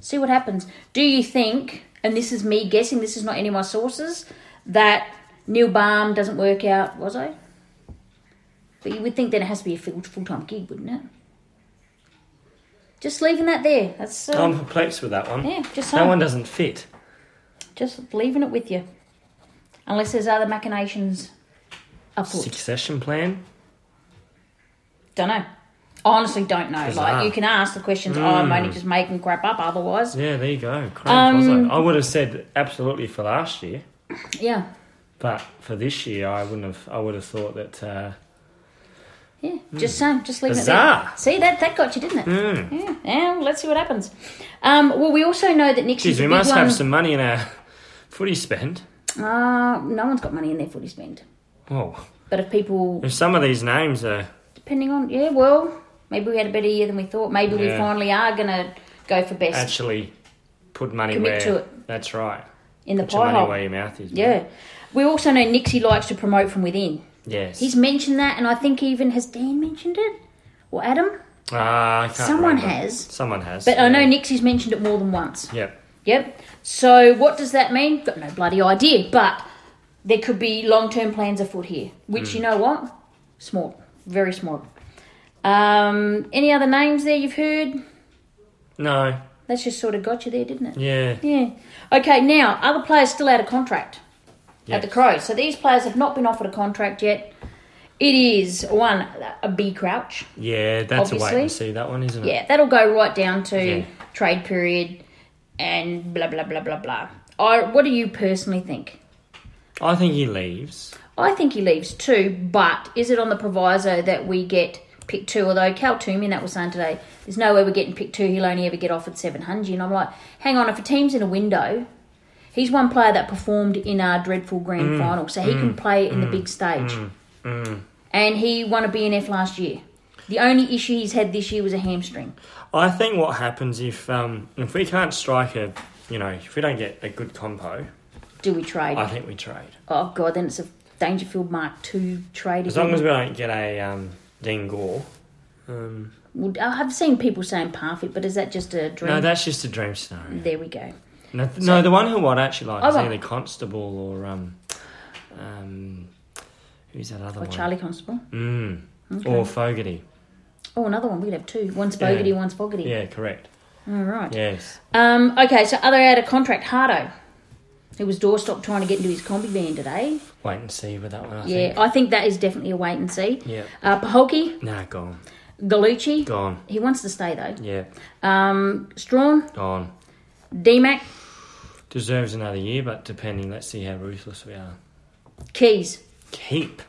Speaker 1: See what happens. Do you think, and this is me guessing, this is not any of my sources, that Neil Baum doesn't work out, was I? But you would think then it has to be a full time gig, wouldn't it? Just leaving that there. That's uh,
Speaker 2: I'm perplexed with that one.
Speaker 1: yeah, just
Speaker 2: That
Speaker 1: so.
Speaker 2: one doesn't fit.
Speaker 1: just leaving it with you. Unless there's other machinations afoot.
Speaker 2: Succession plan?
Speaker 1: Don't know. Honestly, don't know.
Speaker 2: Bizarre.
Speaker 1: Like you can ask the questions. Oh, I'm only just making crap up. Otherwise,
Speaker 2: Yeah, there you go. Craig
Speaker 1: Um,
Speaker 2: Vozza. I would have said absolutely for last year,
Speaker 1: yeah.
Speaker 2: but for this year, I wouldn't have. I would have thought that. Uh,
Speaker 1: Yeah, just um, just leave it
Speaker 2: Bizarre.
Speaker 1: there. See that that got you, didn't it?
Speaker 2: Hmm.
Speaker 1: Yeah. yeah, well, let's see what happens. Um, well, we also know that next
Speaker 2: geez,
Speaker 1: year's a
Speaker 2: we
Speaker 1: big
Speaker 2: must
Speaker 1: one.
Speaker 2: have some money in our footy spend.
Speaker 1: Uh, no one's got money in their footy spend,
Speaker 2: Oh,
Speaker 1: but if people,
Speaker 2: if some of these names are.
Speaker 1: depending on, yeah, well, maybe we had a better year than we thought. Maybe we
Speaker 2: Yeah.
Speaker 1: finally are gonna go for best
Speaker 2: actually put money
Speaker 1: Commit
Speaker 2: where
Speaker 1: to it.
Speaker 2: that's right.
Speaker 1: in the
Speaker 2: Put your
Speaker 1: pie
Speaker 2: money
Speaker 1: hole.
Speaker 2: where your mouth is. man.
Speaker 1: Yeah, we also know Nixie likes to promote from within.
Speaker 2: Yes.
Speaker 1: He's mentioned that, and I think even has Dan mentioned it or Adam,
Speaker 2: Ah, I can't
Speaker 1: someone
Speaker 2: remember.
Speaker 1: has.
Speaker 2: Someone has.
Speaker 1: But I know
Speaker 2: yeah.
Speaker 1: Nixie's mentioned it more than once.
Speaker 2: Yep.
Speaker 1: Yep. So what does that mean? Got no bloody idea. But there could be long term plans afoot here, which
Speaker 2: Mm.
Speaker 1: you know what? Small, very small. Um, any other names there you've heard?
Speaker 2: No.
Speaker 1: That's just sort of got you there, didn't it?
Speaker 2: Yeah.
Speaker 1: Yeah. Okay. Now other players still out of contract at the
Speaker 2: Yes.
Speaker 1: Crows, so these players have not been offered a contract yet. It is one a B crouch.
Speaker 2: Yeah, that's a wait
Speaker 1: Obviously.
Speaker 2: and see that one, isn't it?
Speaker 1: Yeah, that'll go right down to
Speaker 2: Yeah.
Speaker 1: trade period and blah blah blah blah blah. I, what do you personally think?
Speaker 2: I think he leaves.
Speaker 1: I think he leaves too, but is it on the proviso that we get pick two? Although Cal Toomey, that was saying today, there's no way we're getting pick two. He'll only ever get offered 700. And I'm like, hang on, if a team's in a window, he's one player that performed in our dreadful grand
Speaker 2: Mm.
Speaker 1: final, so he can play in the big stage. And he won a BNF last year. The only issue he's had this year was a hamstring.
Speaker 2: I think what happens if um, if we can't strike a you know if we don't get a good compo,
Speaker 1: Do we trade?
Speaker 2: I think we trade.
Speaker 1: oh, God, then it's a Dangerfield Mark II trade.
Speaker 2: As long
Speaker 1: again.
Speaker 2: as we don't get a um, Dean Gore. Um,
Speaker 1: Well, I have seen people saying perfect, but is that just a dream?
Speaker 2: no, that's just a dream scenario.
Speaker 1: there we go.
Speaker 2: No, th- no, the one who I'd actually like is
Speaker 1: Oh, right.
Speaker 2: either Constable or um, um, who's that other
Speaker 1: Or
Speaker 2: one?
Speaker 1: Charlie Constable.
Speaker 2: Mm. Or Fogarty.
Speaker 1: Oh, another one. We could have two. One's Fogarty,
Speaker 2: Yeah.
Speaker 1: one's Fogarty.
Speaker 2: Yeah, correct.
Speaker 1: All right.
Speaker 2: Yes.
Speaker 1: Um, okay, so other out of contract, Hardo. He was doorstop trying to get into his combi van today.
Speaker 2: Wait and see with that one. I
Speaker 1: yeah, oh.
Speaker 2: Think.
Speaker 1: I think that is definitely a wait and see.
Speaker 2: Yeah.
Speaker 1: Uh, Paholke,
Speaker 2: Nah, gone.
Speaker 1: Galucci.
Speaker 2: Gone.
Speaker 1: He wants to stay though.
Speaker 2: Yeah,
Speaker 1: Um, Strawn,
Speaker 2: gone.
Speaker 1: DMAC,
Speaker 2: Deserves another year, but depending, let's see how ruthless we are.
Speaker 1: Keys.
Speaker 2: Keep.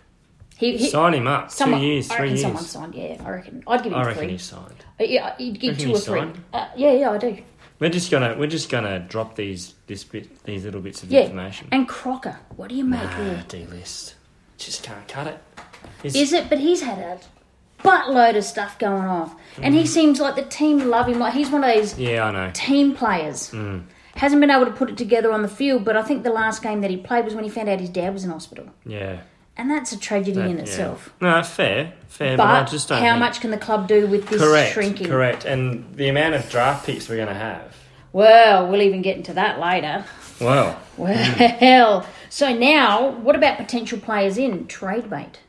Speaker 1: He, he,
Speaker 2: Sign him up.
Speaker 1: someone-
Speaker 2: Two years,
Speaker 1: I
Speaker 2: three
Speaker 1: reckon
Speaker 2: years.
Speaker 1: someone signed. Yeah, I reckon. I'd give him
Speaker 2: I reckon
Speaker 1: three.
Speaker 2: he's signed.
Speaker 1: Uh, Yeah, he'd give
Speaker 2: Reckon
Speaker 1: two
Speaker 2: he
Speaker 1: or three.
Speaker 2: signed?
Speaker 1: Uh, yeah, yeah, I do.
Speaker 2: We're just gonna we're just gonna drop these this bit these little bits of
Speaker 1: Yeah.
Speaker 2: information.
Speaker 1: And Crocker, what do you make there?
Speaker 2: Ah, D list. Just can't cut it. He's-
Speaker 1: Is it? But he's had a buttload of stuff going off, and
Speaker 2: Mm.
Speaker 1: he seems like the team love him. Like he's one of those
Speaker 2: yeah, I know.
Speaker 1: team players.
Speaker 2: Mm.
Speaker 1: Hasn't been able to put it together on the field, but I think the last game that he played was when he found out his dad was in hospital,
Speaker 2: Yeah.
Speaker 1: and that's a tragedy in
Speaker 2: Yeah.
Speaker 1: itself.
Speaker 2: No, fair, fair, but, I
Speaker 1: But
Speaker 2: just don't.
Speaker 1: how
Speaker 2: think-
Speaker 1: much can the club do with this
Speaker 2: Correct,
Speaker 1: shrinking?
Speaker 2: correct, and the amount of draft picks we're going to have.
Speaker 1: Well, we'll even get into that later.
Speaker 2: Well, Mm.
Speaker 1: Well, so now what about potential players in trade bait?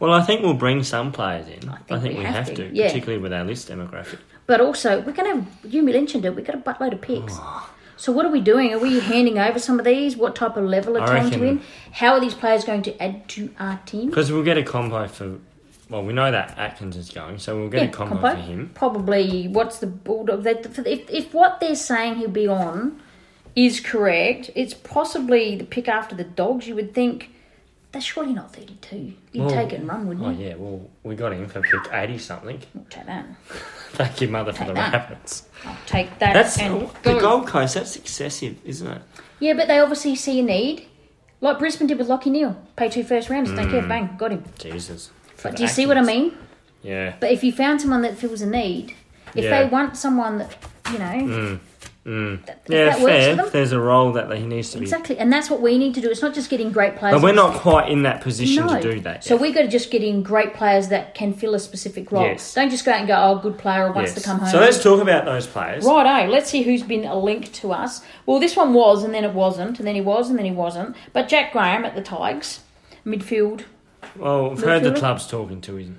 Speaker 2: well, I think we'll bring some players in. I think, we, have, to,
Speaker 1: yeah.
Speaker 2: particularly with our list demographic.
Speaker 1: But also, we're going to, you mentioned it, we've got a buttload of picks. So, what are we doing? Are we handing over some of these? What type of level are
Speaker 2: I
Speaker 1: trying to
Speaker 2: reckon-
Speaker 1: in? How are these players going to add to our team?
Speaker 2: Because we'll get a combo for. Well, we know that Atkins is going, so we'll get a combo, for him.
Speaker 1: Probably, what's the bulldog? They, for- if, if what they're saying he'll be on is correct, it's possibly the pick after the dogs. You would think that's surely not 32. You'd
Speaker 2: Well-
Speaker 1: take it and run, wouldn't
Speaker 2: Oh
Speaker 1: you?
Speaker 2: yeah, well we got him for pick eighty something.
Speaker 1: I'll take that.
Speaker 2: Thank you, mother, for the
Speaker 1: that.
Speaker 2: rabbits.
Speaker 1: I'll take that.
Speaker 2: That's oh,
Speaker 1: and
Speaker 2: the
Speaker 1: go.
Speaker 2: Gold Coast. That's excessive, isn't it?
Speaker 1: Yeah, but they obviously see a need. Like Brisbane did with Lockie Neal. Pay two first rounds, don't
Speaker 2: Mm.
Speaker 1: care, bang, got him.
Speaker 2: Jesus. For
Speaker 1: But do you see what I mean?
Speaker 2: Atkins. Yeah.
Speaker 1: But if you found someone that feels a need, if
Speaker 2: Yeah. Mm.
Speaker 1: they want someone that, you know, That, if
Speaker 2: Yeah,
Speaker 1: that works for
Speaker 2: fair.
Speaker 1: them.
Speaker 2: If there's a role that he needs to be
Speaker 1: Exactly, and that's what we need to do. It's not just getting great players.
Speaker 2: But we're
Speaker 1: that-
Speaker 2: not quite in that position
Speaker 1: no.
Speaker 2: to do that.
Speaker 1: So
Speaker 2: yet.
Speaker 1: we've got to just get in great players that can fill a specific role.
Speaker 2: Yes.
Speaker 1: Don't just go out and go, oh, good player wants
Speaker 2: Yes.
Speaker 1: to come home.
Speaker 2: So let's talk about those players.
Speaker 1: Righto, let's see who's been linked to us. Well, this one was, and then it wasn't, and then he was, and then he wasn't. But Jack Graham at the Tigers, midfield,
Speaker 2: Well, I've heard the
Speaker 1: Midfielder?
Speaker 2: club's talking to him.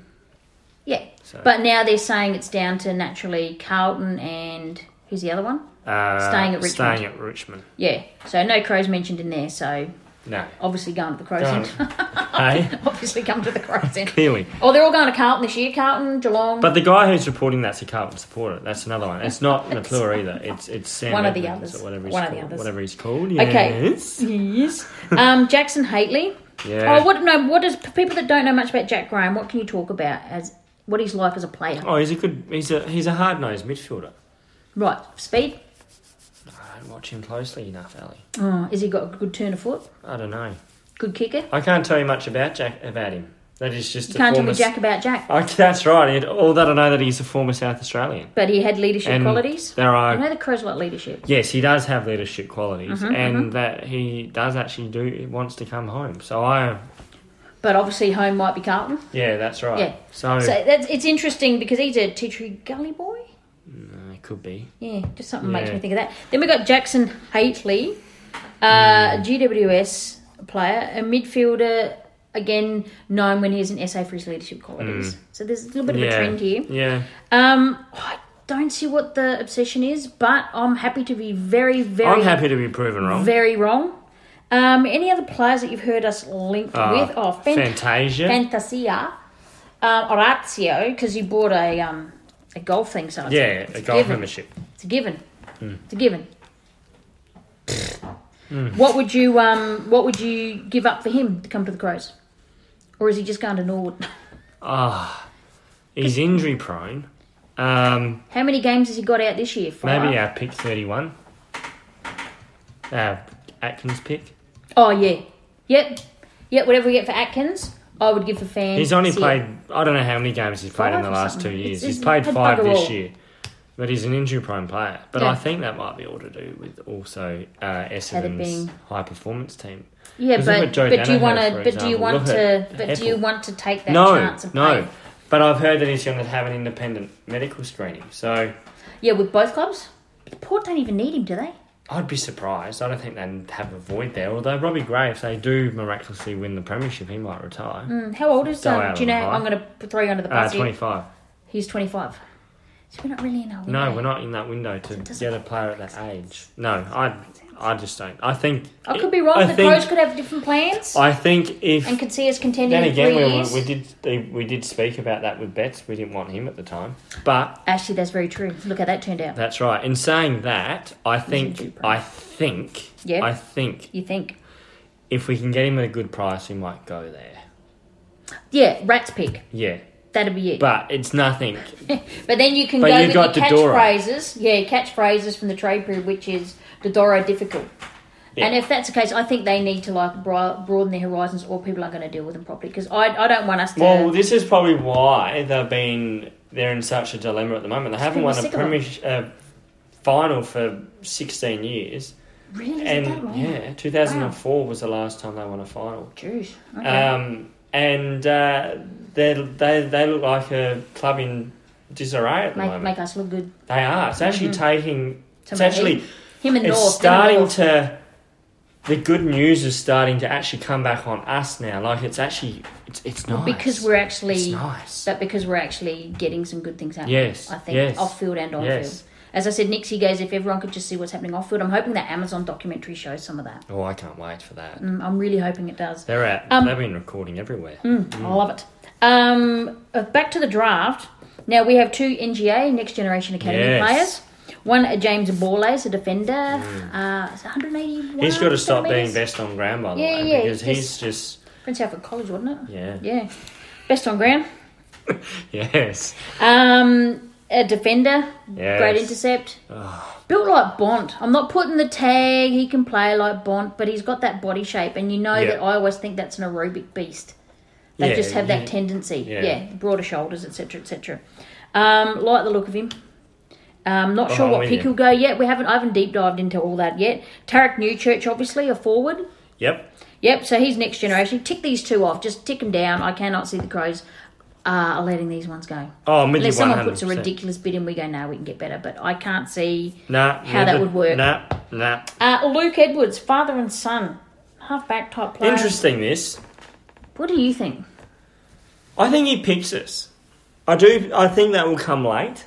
Speaker 1: yeah.
Speaker 2: So-
Speaker 1: But now they're saying it's down to naturally Carlton and who's the other one?
Speaker 2: Uh,
Speaker 1: Staying at
Speaker 2: Staying at Richmond.
Speaker 1: Yeah. So no crows mentioned in there. So
Speaker 2: No.
Speaker 1: obviously going to the crows
Speaker 2: Don't.
Speaker 1: end.
Speaker 2: hey,
Speaker 1: obviously come to the crows end.
Speaker 2: clearly.
Speaker 1: Oh, they're all going to Carlton this year. Carlton, Geelong.
Speaker 2: But the guy who's reporting that's a Carlton supporter. That's another one. It's not Napur either. It's it's Sam
Speaker 1: One of the
Speaker 2: Edmonds
Speaker 1: others.
Speaker 2: Or whatever he's
Speaker 1: One of
Speaker 2: called.
Speaker 1: the others.
Speaker 2: Whatever he's called.
Speaker 1: Okay.
Speaker 2: Yes.
Speaker 1: yes. um, Jackson Haitley.
Speaker 2: Yeah.
Speaker 1: Oh, what? No. What does for people that don't know much about Jack Graham? What can you talk about as what he's like as a player?
Speaker 2: Oh, he's a good. He's a he's a hard nosed midfielder.
Speaker 1: Right. Speed.
Speaker 2: I don't watch him closely enough, Ali.
Speaker 1: Oh, has he got a good turn of foot?
Speaker 2: I don't know.
Speaker 1: Good kicker.
Speaker 2: I can't tell you much about Jack about him. That is just a
Speaker 1: Can't tell
Speaker 2: former.
Speaker 1: me Jack about Jack,
Speaker 2: I, that's right. It, all that I know that he's a former South Australian.
Speaker 1: but he had leadership
Speaker 2: And
Speaker 1: qualities. Mm-hmm.
Speaker 2: There
Speaker 1: I
Speaker 2: are
Speaker 1: know the crows like leadership.
Speaker 2: Yes, he does have leadership qualities,
Speaker 1: Mm-hmm,
Speaker 2: and that he does actually do he wants to come home. So I,
Speaker 1: But obviously, home might be Carlton.
Speaker 2: yeah, that's right.
Speaker 1: Yeah.
Speaker 2: So,
Speaker 1: So that's, it's interesting because he's a Titri Gully boy.
Speaker 2: Uh, it could be.
Speaker 1: Yeah, just something makes
Speaker 2: Yeah.
Speaker 1: me think of that. Then we got Jackson Haitley, uh,
Speaker 2: Hmm.
Speaker 1: GWS player, a midfielder, again, known when he has an SA for his leadership qualities. So there's a little bit of
Speaker 2: Hmm. yeah.
Speaker 1: a trend here.
Speaker 2: Yeah.
Speaker 1: Um, I don't see what the obsession is, but I'm happy to be very, very,
Speaker 2: I'm happy to be proven wrong.
Speaker 1: very wrong. Um, any other players that you've heard us linked
Speaker 2: Uh,
Speaker 1: with? Oh, Fant-
Speaker 2: Fantasia.
Speaker 1: Fantasia, um, Orazio, because you bought a um, a golf thing, so it's,
Speaker 2: yeah,
Speaker 1: it's
Speaker 2: a golf Hmm.
Speaker 1: given.
Speaker 2: membership.
Speaker 1: It's a given. It's a given.
Speaker 2: Hmm.
Speaker 1: What would you um What would you give up for him to come to the Crows, or is he just going to Norwood?
Speaker 2: Ah, he's injury prone. Um,
Speaker 1: How many games has he got out this year? Five?
Speaker 2: maybe our pick thirty-one. Uh, Atkins pick.
Speaker 1: Oh yeah, yep, yep. Whatever we get for Atkins, I would give for fans.
Speaker 2: He's only played. I don't know how many games he's played in
Speaker 1: Five
Speaker 2: the
Speaker 1: or
Speaker 2: last two
Speaker 1: something. It's-
Speaker 2: years. He's
Speaker 1: it's
Speaker 2: played
Speaker 1: had
Speaker 2: five
Speaker 1: bugger
Speaker 2: this
Speaker 1: all.
Speaker 2: year, but he's an injury-prone player. But I
Speaker 1: Yeah.
Speaker 2: think that might be all to do with also uh,
Speaker 1: being-
Speaker 2: Essendon's high-performance team.
Speaker 1: Yeah,
Speaker 2: Isn't it
Speaker 1: but
Speaker 2: Joe
Speaker 1: but do you
Speaker 2: Danaher,
Speaker 1: want
Speaker 2: for
Speaker 1: to? But do you
Speaker 2: example?
Speaker 1: want
Speaker 2: Look
Speaker 1: to?
Speaker 2: at
Speaker 1: But do you
Speaker 2: Heppel.
Speaker 1: want to take that
Speaker 2: no,
Speaker 1: chance and
Speaker 2: no.
Speaker 1: play?
Speaker 2: But I've heard that he's going to have an independent medical screening. So
Speaker 1: Yeah, with both clubs, Port don't even need him, do they?
Speaker 2: I'd be surprised. I don't think they'd have a void there. Although Robbie Gray, if they do miraculously win the premiership, he might retire.
Speaker 1: Mm, how old is
Speaker 2: Go
Speaker 1: um?
Speaker 2: out
Speaker 1: Do you
Speaker 2: on
Speaker 1: know?
Speaker 2: a high.
Speaker 1: I'm going to throw you under the
Speaker 2: Uh,
Speaker 1: bus. here.
Speaker 2: twenty-five.
Speaker 1: He's 25. So we're not really in our
Speaker 2: No,
Speaker 1: window.
Speaker 2: we're not in that window to
Speaker 1: doesn't
Speaker 2: get a player at that age. No, I, I just don't. I think
Speaker 1: I could be wrong.
Speaker 2: I
Speaker 1: the
Speaker 2: think,
Speaker 1: Crows could have different plans
Speaker 2: I think if
Speaker 1: and could see us contending
Speaker 2: then
Speaker 1: in
Speaker 2: again
Speaker 1: three
Speaker 2: we,
Speaker 1: years.
Speaker 2: we did they- we did speak about that with Betts. We didn't want him at the time, but
Speaker 1: Actually, that's very true. Look how that turned out.
Speaker 2: that's right. In saying that, I
Speaker 1: injury
Speaker 2: think
Speaker 1: prone.
Speaker 2: I think
Speaker 1: Yeah.
Speaker 2: I think
Speaker 1: You think?
Speaker 2: if we can get him at a good price, we might go there.
Speaker 1: Yeah, rats pick.
Speaker 2: Yeah,
Speaker 1: That'd be it. But,
Speaker 2: but it's nothing.
Speaker 1: then you can
Speaker 2: But
Speaker 1: go
Speaker 2: you
Speaker 1: with
Speaker 2: got
Speaker 1: the
Speaker 2: Dodoro.
Speaker 1: catchphrases. Yeah, catchphrases from the trade period, which is Dodoro difficult.
Speaker 2: Yeah.
Speaker 1: And if that's the case, I think they need to like bro- broaden their horizons, or people aren't going to deal with them properly. Because I, I don't want us to.
Speaker 2: Well, this is probably why they've been they're in such a dilemma at the moment. They haven't
Speaker 1: people
Speaker 2: won
Speaker 1: are
Speaker 2: a
Speaker 1: sick of them.
Speaker 2: Premier uh, final for sixteen years,
Speaker 1: really, is it that
Speaker 2: and
Speaker 1: long?
Speaker 2: yeah, two thousand and four was the last time they won a final.
Speaker 1: Jeez. Okay.
Speaker 2: Um, and uh, they they they look like a club in disarray at the
Speaker 1: make,
Speaker 2: moment.
Speaker 1: make us look good.
Speaker 2: They are. It's actually taking.
Speaker 1: To
Speaker 2: It's
Speaker 1: me.
Speaker 2: actually
Speaker 1: Him and North. him
Speaker 2: it's
Speaker 1: and
Speaker 2: starting
Speaker 1: North.
Speaker 2: to the good news is starting to actually come back on us now like it's actually it's it's nice
Speaker 1: because we're actually
Speaker 2: it's nice
Speaker 1: but because we're actually getting some good things happening.
Speaker 2: Yes,
Speaker 1: I think
Speaker 2: yes,
Speaker 1: off field and on
Speaker 2: yes.
Speaker 1: field. As I said, Nixie goes. If everyone could just see what's happening off field, I'm hoping that Amazon documentary shows some of that.
Speaker 2: Oh, I can't wait for that.
Speaker 1: Mm, I'm really hoping it does.
Speaker 2: They're out.
Speaker 1: Um, Mm.
Speaker 2: They've been recording everywhere.
Speaker 1: I love it. Um, uh, back to the draft. Now we have two NGA Next Generation Academy
Speaker 2: Yes.
Speaker 1: players. One, uh, James Borlase, a defender. Uh, is it 181.
Speaker 2: Mm. He's got to stop being
Speaker 1: centimetres?
Speaker 2: best on ground, by the
Speaker 1: Yeah,
Speaker 2: way,
Speaker 1: yeah,
Speaker 2: because
Speaker 1: he's-
Speaker 2: he's just
Speaker 1: Prince Alfred College, wasn't it?
Speaker 2: yeah,
Speaker 1: Yeah. Best on ground.
Speaker 2: yes.
Speaker 1: Um, a defender,
Speaker 2: Yes. Ah.
Speaker 1: great intercept. Built like Bond. I'm not putting the tag. He can play like Bond, but he's got that body shape, and you know
Speaker 2: Yeah.
Speaker 1: that I always think that's an aerobic beast. They
Speaker 2: Yeah,
Speaker 1: just have that
Speaker 2: yeah.
Speaker 1: tendency. Yeah,
Speaker 2: Yeah.
Speaker 1: broader shoulders, etc., etc. Um, like the look of him. Um, not sure
Speaker 2: I'm
Speaker 1: what
Speaker 2: with
Speaker 1: pick
Speaker 2: you.
Speaker 1: he'll go yet. We haven't. I haven't deep dived into all that yet. Tarek Newchurch, obviously, a forward.
Speaker 2: Yep.
Speaker 1: Yep. So he's next generation. Tick these two off. Just tick them down. I cannot see the crows uh, are letting these ones go.
Speaker 2: Oh, I'm with
Speaker 1: Unless
Speaker 2: you one
Speaker 1: someone
Speaker 2: hundred
Speaker 1: puts a
Speaker 2: percent.
Speaker 1: ridiculous bid in, we go, no, we can get better. But I can't see.
Speaker 2: Nah,
Speaker 1: how that
Speaker 2: neither-
Speaker 1: would work.
Speaker 2: Nah, nah.
Speaker 1: Uh, Luke Edwards, father and son, halfback type player.
Speaker 2: Interesting. This.
Speaker 1: What do you think?
Speaker 2: I think he picks us. I do. I think that will come late.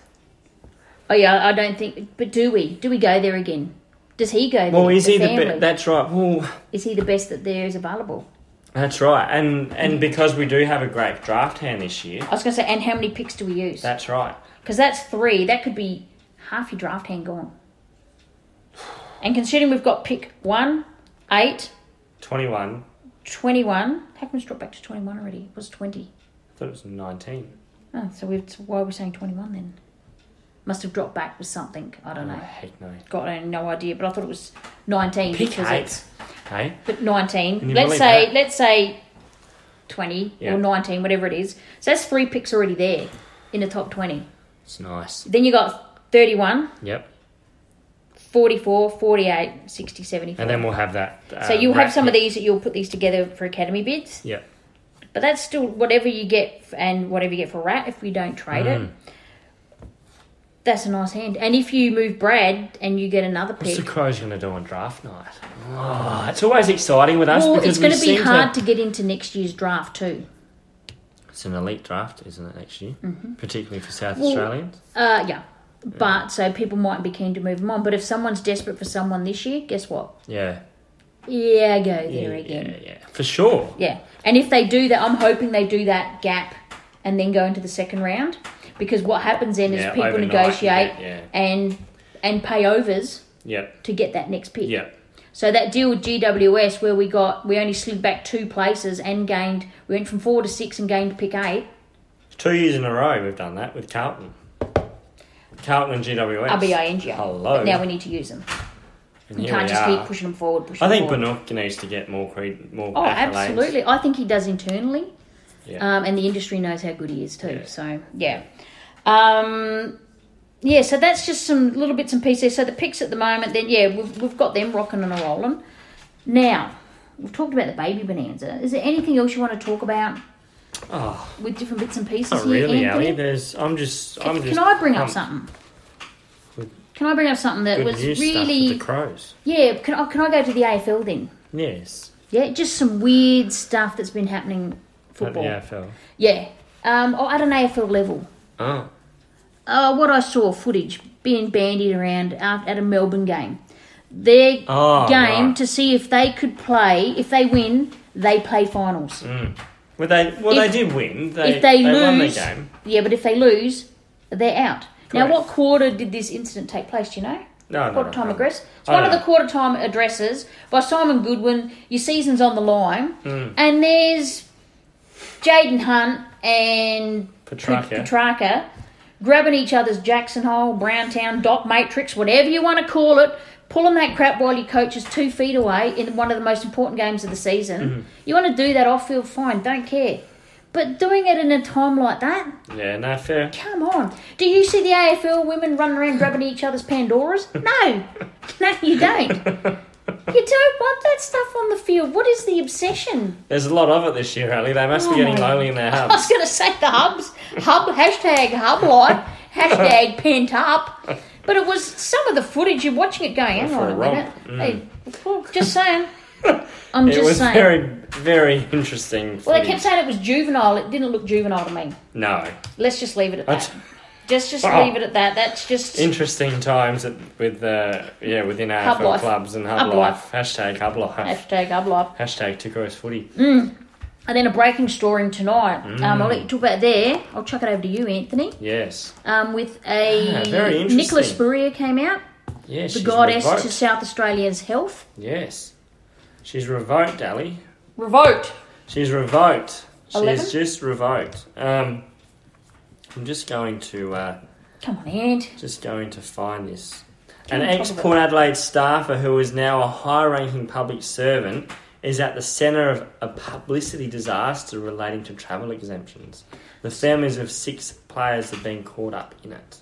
Speaker 1: Oh, yeah, I don't think. But do we? Do we go there again? Does he go there?
Speaker 2: Well, is he the?
Speaker 1: family?
Speaker 2: Be- that's right. Well,
Speaker 1: Is he the best that there is available?
Speaker 2: that's right. And and because we do have a great draft hand this year.
Speaker 1: I was going to say, and how many picks do we use?
Speaker 2: That's right.
Speaker 1: Because that's three. That could be half your draft hand gone. And considering we've got pick 1, 8,
Speaker 2: Twenty-one.
Speaker 1: 21. How come it's dropped back to 21 already? It was 20.
Speaker 2: I thought it was nineteen.
Speaker 1: Oh, so we've, so why are we saying 21 then? Must have dropped back with something. I don't know.
Speaker 2: Oh, Heck no.
Speaker 1: Got uh, no idea, but I thought it was 19.
Speaker 2: Pick
Speaker 1: because
Speaker 2: eight.
Speaker 1: it's-
Speaker 2: Hey.
Speaker 1: But 19.
Speaker 2: Can you
Speaker 1: Let's
Speaker 2: believe
Speaker 1: say
Speaker 2: that?
Speaker 1: let's say 20
Speaker 2: Yeah.
Speaker 1: or 19, whatever it is. So that's three picks already there in the top 20.
Speaker 2: It's nice.
Speaker 1: Then you got 31,
Speaker 2: Yep.
Speaker 1: 44, 48, 60, 74.
Speaker 2: And then we'll have that. Uh,
Speaker 1: so you'll have
Speaker 2: wrap-
Speaker 1: some of these that you'll put these together for academy bids.
Speaker 2: Yeah.
Speaker 1: But that's still whatever you get f- and whatever you get for Rat if you don't trade
Speaker 2: Mm.
Speaker 1: it. That's a nice hand. And if you move Brad and you get another
Speaker 2: What's the
Speaker 1: pick,
Speaker 2: Crows going to do on draft night? Oh, it's always exciting with us
Speaker 1: well,
Speaker 2: because
Speaker 1: it's going
Speaker 2: we
Speaker 1: to be
Speaker 2: seem
Speaker 1: hard to... get into next year's draft too.
Speaker 2: It's an elite draft, isn't it? Next year, particularly for South
Speaker 1: Mm-hmm. Well-
Speaker 2: Australians.
Speaker 1: Uh, yeah.
Speaker 2: Mm.
Speaker 1: But so people might be keen to move him on. But if someone's desperate for someone this year, guess what?
Speaker 2: Yeah.
Speaker 1: Yeah, I go there
Speaker 2: yeah,
Speaker 1: again.
Speaker 2: yeah, yeah, for sure.
Speaker 1: Yeah. And if they do that, I'm hoping they do that gap and then go into the second round because what happens then is
Speaker 2: Yeah,
Speaker 1: people
Speaker 2: overnight,
Speaker 1: negotiate
Speaker 2: yeah, yeah.
Speaker 1: and and pay overs
Speaker 2: Yep,
Speaker 1: to get that next pick.
Speaker 2: yep,
Speaker 1: So that deal with GWS where we got we only slid back two places and gained we went from 4 to 6 and gained pick 8.
Speaker 2: two years in a row we've done that with Carlton, Carlton and GWS.
Speaker 1: RBINGO.
Speaker 2: Hello.
Speaker 1: But now we need to use them.
Speaker 2: And
Speaker 1: We
Speaker 2: here
Speaker 1: can't
Speaker 2: we
Speaker 1: just
Speaker 2: are.
Speaker 1: keep pushing them forward. Pushing
Speaker 2: I think
Speaker 1: forward.
Speaker 2: Benook needs to get more cred, more
Speaker 1: Oh,
Speaker 2: accolades.
Speaker 1: absolutely. I think he does internally.
Speaker 2: Yeah.
Speaker 1: um, and the industry knows how good he is too.
Speaker 2: Yeah.
Speaker 1: So yeah, um, yeah. So that's just some little bits and pieces. So the picks at the moment, then yeah, we've we've got them rocking and a rolling. Now we've talked about the baby bonanza. Is there anything else you want to talk about
Speaker 2: Oh,
Speaker 1: with different bits and pieces
Speaker 2: not
Speaker 1: here,
Speaker 2: really, Ali.
Speaker 1: Anthony?
Speaker 2: There's, I'm just, I'm
Speaker 1: Can,
Speaker 2: just.
Speaker 1: I bring up
Speaker 2: pumped.
Speaker 1: something?
Speaker 2: With
Speaker 1: Can I bring up something that
Speaker 2: Good
Speaker 1: was
Speaker 2: news stuff with
Speaker 1: really
Speaker 2: the crows.
Speaker 1: yeah? Can I, can I go to the AFL then?
Speaker 2: Yes,
Speaker 1: Yeah, just some weird stuff that's been happening
Speaker 2: at the
Speaker 1: football.
Speaker 2: AFL.
Speaker 1: Yeah, um, or at an AFL level.
Speaker 2: Oh,
Speaker 1: uh, what I saw footage being bandied around af- at a Melbourne game. Their
Speaker 2: Oh,
Speaker 1: game
Speaker 2: right.
Speaker 1: to see if they could play, if they win, they play finals.
Speaker 2: well, they, well,
Speaker 1: If-
Speaker 2: they did win. They,
Speaker 1: if they, lose,
Speaker 2: won the game.
Speaker 1: yeah, but if they lose, they're out. Now,
Speaker 2: Correct.
Speaker 1: what quarter did this incident take place? Do you know?
Speaker 2: No, no,
Speaker 1: quarter
Speaker 2: no,
Speaker 1: time
Speaker 2: no.
Speaker 1: address. It's
Speaker 2: I
Speaker 1: one of
Speaker 2: don't
Speaker 1: the quarter time addresses by Simon Goodwin. Your season's on the line,
Speaker 2: Hmm.
Speaker 1: and there's Jaden Hunt and
Speaker 2: Petrarca.
Speaker 1: Petrarca grabbing each other's Jackson Hole, Browntown, Doc Matrix, whatever you want to call it. Pulling that crap while your coach is two feet away in one of the most important games of the season. You want to do that off field, fine, don't care. But doing it in a time like that,
Speaker 2: Yeah, no, fair.
Speaker 1: Come on. Do you see the AFL women running around grabbing each other's Pandoras? No. No, you don't. You don't want that stuff on the field. What is the obsession?
Speaker 2: There's a lot of it this year, Ali. They must
Speaker 1: Oh
Speaker 2: be getting
Speaker 1: my-
Speaker 2: lonely in their
Speaker 1: I was
Speaker 2: hubs.
Speaker 1: going to say the hubs. Hub, hashtag hub life, hashtag pent up. But it was some of the footage, you're watching it going, hang
Speaker 2: for
Speaker 1: on
Speaker 2: a
Speaker 1: a minute. Hey, just saying. I'm
Speaker 2: Mm. It
Speaker 1: just
Speaker 2: was
Speaker 1: saying.
Speaker 2: very, very interesting.
Speaker 1: well, they
Speaker 2: footage.
Speaker 1: kept saying it was juvenile. It didn't look juvenile to me.
Speaker 2: no,
Speaker 1: Let's just leave it at that.
Speaker 2: That's-
Speaker 1: Just, just
Speaker 2: Wow.
Speaker 1: leave it at that. That's just
Speaker 2: interesting times at, with uh, yeah within AFL
Speaker 1: life.
Speaker 2: clubs and hub,
Speaker 1: Hub
Speaker 2: life. Hashtag hub life.
Speaker 1: hashtag hub life.
Speaker 2: Hashtag Tickos footy.
Speaker 1: Mm. And then a breaking story in tonight.
Speaker 2: Mm.
Speaker 1: Um, I'll let you talk about it there. I'll chuck it over to you, Anthony.
Speaker 2: Yes,
Speaker 1: Um, with a
Speaker 2: Ah, very interesting.
Speaker 1: Nicola Spurrier came out,
Speaker 2: yes.
Speaker 1: the
Speaker 2: she's
Speaker 1: goddess
Speaker 2: revoked.
Speaker 1: to South Australia's health.
Speaker 2: Yes, she's revoked, Ali.
Speaker 1: Revoked.
Speaker 2: She's revoked. She's
Speaker 1: Eleven?
Speaker 2: just revoked. Um, I'm just going to uh,
Speaker 1: Come on, Ant.
Speaker 2: just going to find this. An
Speaker 1: on top
Speaker 2: ex
Speaker 1: of it.
Speaker 2: Port Adelaide staffer who is now a high ranking public servant is at the centre of a publicity disaster relating to travel exemptions. The families of six players have been caught up in it.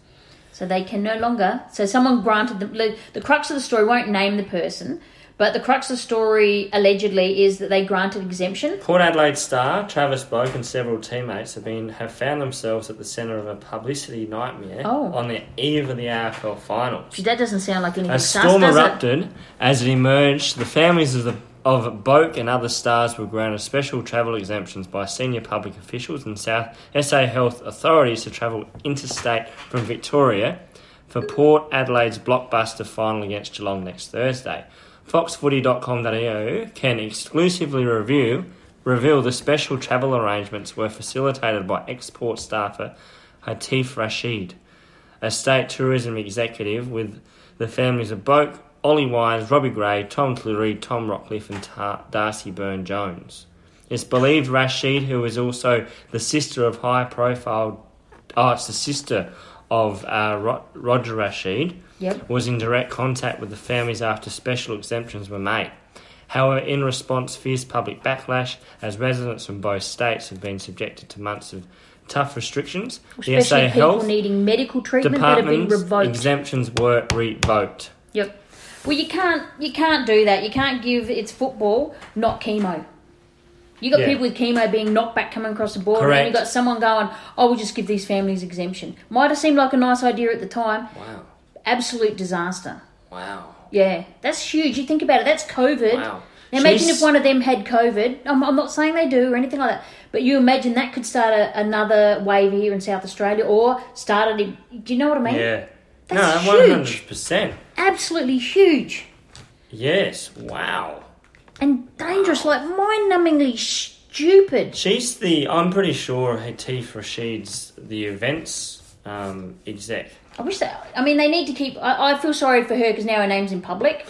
Speaker 1: So they can no longer. So someone granted them. The, the crux of the story won't name the person, but the crux of the story allegedly is that they granted exemption.
Speaker 2: Port Adelaide star Travis Bloke and several teammates have been have found themselves at the centre of a publicity nightmare
Speaker 1: Oh.
Speaker 2: on the eve of the AFL finals.
Speaker 1: Gee, That doesn't sound like anything.
Speaker 2: A
Speaker 1: sus,
Speaker 2: storm
Speaker 1: does it?
Speaker 2: erupted as it emerged. The families of the of Boak and other stars were granted special travel exemptions by senior public officials and South SA health authorities to travel interstate from Victoria for Port Adelaide's blockbuster final against Geelong next Thursday. Foxfooty.com.au can exclusively review reveal the special travel arrangements were facilitated by export staffer Hatif Rashid a state tourism executive with the families of Boak, Ollie Wise, Robbie Gray, Tom Cleary, Tom Rockcliffe, and Tar- Darcy Byrne Jones. It's believed Rashid, who is also the sister of high profile, oh, it's the sister of uh, Ro- Roger Rashid,
Speaker 1: Yep.
Speaker 2: was in direct contact with the families after special exemptions were made. However, in response, fierce public backlash as residents from both states have been subjected to months of tough restrictions. The SA
Speaker 1: Especially people
Speaker 2: Health
Speaker 1: needing medical treatment that have been
Speaker 2: departments
Speaker 1: revoked.
Speaker 2: exemptions were revoked.
Speaker 1: Yep. Well, you can't you can't do that. You can't give it's football, not chemo. You got
Speaker 2: Yeah.
Speaker 1: people with chemo being knocked back coming across the board, and then you
Speaker 2: Correct.
Speaker 1: got someone going, "Oh, we'll just give these families exemption." Might have seemed like a nice idea at the time.
Speaker 2: Wow.
Speaker 1: Absolute disaster.
Speaker 2: Wow.
Speaker 1: Yeah, that's huge. You think about it. That's COVID.
Speaker 2: Wow.
Speaker 1: Now imagine
Speaker 2: She's-
Speaker 1: if one of them had COVID. I'm, I'm not saying they do or anything like that, but you imagine that could start a, another wave here in South Australia, or started. In, do you know what I mean?
Speaker 2: Yeah.
Speaker 1: That's
Speaker 2: no,
Speaker 1: huge.
Speaker 2: 100%.
Speaker 1: Absolutely huge.
Speaker 2: Yes. Wow.
Speaker 1: and dangerous, like mind-numbingly stupid.
Speaker 2: She's the. I'm pretty sure Hatif Rashid's the events um, exec.
Speaker 1: I wish that. I mean, they need to keep. I, I feel sorry for her because now her name's in public.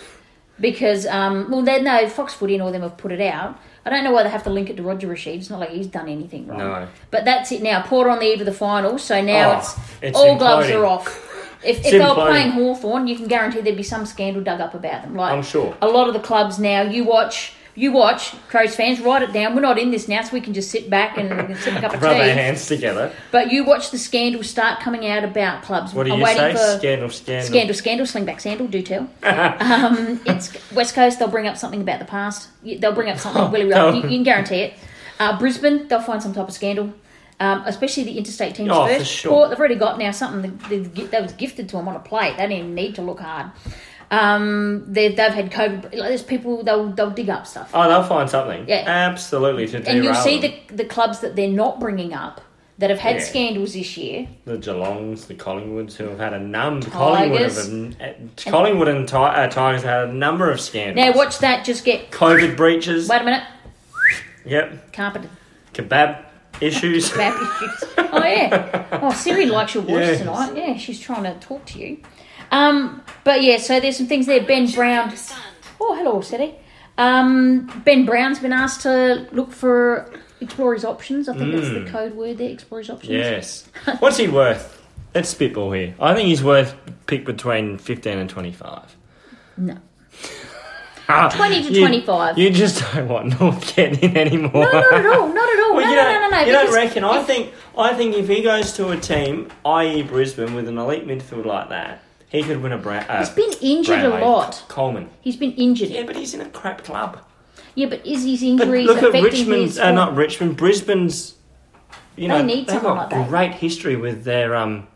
Speaker 1: Because um, well, they no Fox Footy and all them have put it out. I don't know why they have to link it to Roger Rashid. It's not like he's done anything wrong.
Speaker 2: No.
Speaker 1: But that's it now. Porter on the eve of the final, so now
Speaker 2: Oh,
Speaker 1: it's,
Speaker 2: it's
Speaker 1: all gloves
Speaker 2: imploding.
Speaker 1: are off. If, if
Speaker 2: It's
Speaker 1: they were
Speaker 2: imploding.
Speaker 1: playing Hawthorn, you can guarantee there'd be some scandal dug up about them. Like
Speaker 2: I'm sure.
Speaker 1: a lot of the clubs now. You watch, you watch Crows fans. Write it down. We're not in this now, so we can just sit back and we can sip a cup of
Speaker 2: Rub their
Speaker 1: tea.
Speaker 2: hands together.
Speaker 1: But you watch the scandal start coming out about clubs.
Speaker 2: What do
Speaker 1: I'm
Speaker 2: you
Speaker 1: waiting
Speaker 2: say?
Speaker 1: for
Speaker 2: Scandal, scandal.
Speaker 1: Scandal, scandal, sling back sandal, do tell. um, it's West Coast, they'll bring up something about the past. You- They'll bring up something really
Speaker 2: Oh.
Speaker 1: relevant. You, you can guarantee it. Uh, Brisbane, they'll find some type of scandal, um, especially the interstate teams
Speaker 2: Oh, for
Speaker 1: first.
Speaker 2: sure.
Speaker 1: Port, they've already got now something that, they've gi- that was gifted to them on a plate. They didn't even need to look hard. Um, they, they've had COVID. Like, there's people, they'll, they'll dig up stuff.
Speaker 2: Oh, they'll find something.
Speaker 1: Yeah.
Speaker 2: Absolutely to
Speaker 1: and
Speaker 2: derail
Speaker 1: you'll see
Speaker 2: them.
Speaker 1: the, the clubs that they're not bringing up that have had
Speaker 2: Yeah.
Speaker 1: scandals this year.
Speaker 2: the Geelongs, the Collingwoods, who have had a number. Collingwood, have
Speaker 1: Tigers.
Speaker 2: a, uh, Collingwood and Ti- uh, Tigers have had a number of scandals.
Speaker 1: Now, watch that just get.
Speaker 2: COVID breaches.
Speaker 1: Wait a minute.
Speaker 2: Yep.
Speaker 1: Carpeted.
Speaker 2: Kebab issues.
Speaker 1: Bad issues. Oh yeah. Oh, Siri likes your voice
Speaker 2: Yes.
Speaker 1: tonight. Yeah, she's trying to talk to you. Um, but yeah, so there's some things there. Ben Brown. Oh, hello, Siri. Um, ben Brown's been asked to look for explorers options. I think
Speaker 2: Mm.
Speaker 1: that's the code word there. Explorers options.
Speaker 2: yes. What's he worth? Let's spitball here. I think he's worth pick between fifteen and twenty-five.
Speaker 1: No.
Speaker 2: Ah,
Speaker 1: 20 to
Speaker 2: you-
Speaker 1: 25.
Speaker 2: You just don't want North getting in anymore.
Speaker 1: No, not at all. Not at all.
Speaker 2: Well,
Speaker 1: no,
Speaker 2: you
Speaker 1: no,
Speaker 2: don't,
Speaker 1: no, no, no.
Speaker 2: You don't
Speaker 1: because
Speaker 2: reckon? I think I think if he goes to a team, i.e. Brisbane, with an elite midfield like that, he could win a Bra- uh,
Speaker 1: He's been injured
Speaker 2: Brownlee.
Speaker 1: a lot.
Speaker 2: Coleman.
Speaker 1: He's been injured.
Speaker 2: Yeah,
Speaker 1: Yeah,
Speaker 2: but he's in a crap club.
Speaker 1: but is his
Speaker 2: But
Speaker 1: injuries
Speaker 2: look at
Speaker 1: affecting
Speaker 2: Richmond's,
Speaker 1: his?
Speaker 2: uh, not Richmond, Brisbane's. You know,
Speaker 1: They need
Speaker 2: have
Speaker 1: someone
Speaker 2: got
Speaker 1: like that.
Speaker 2: great history with their um,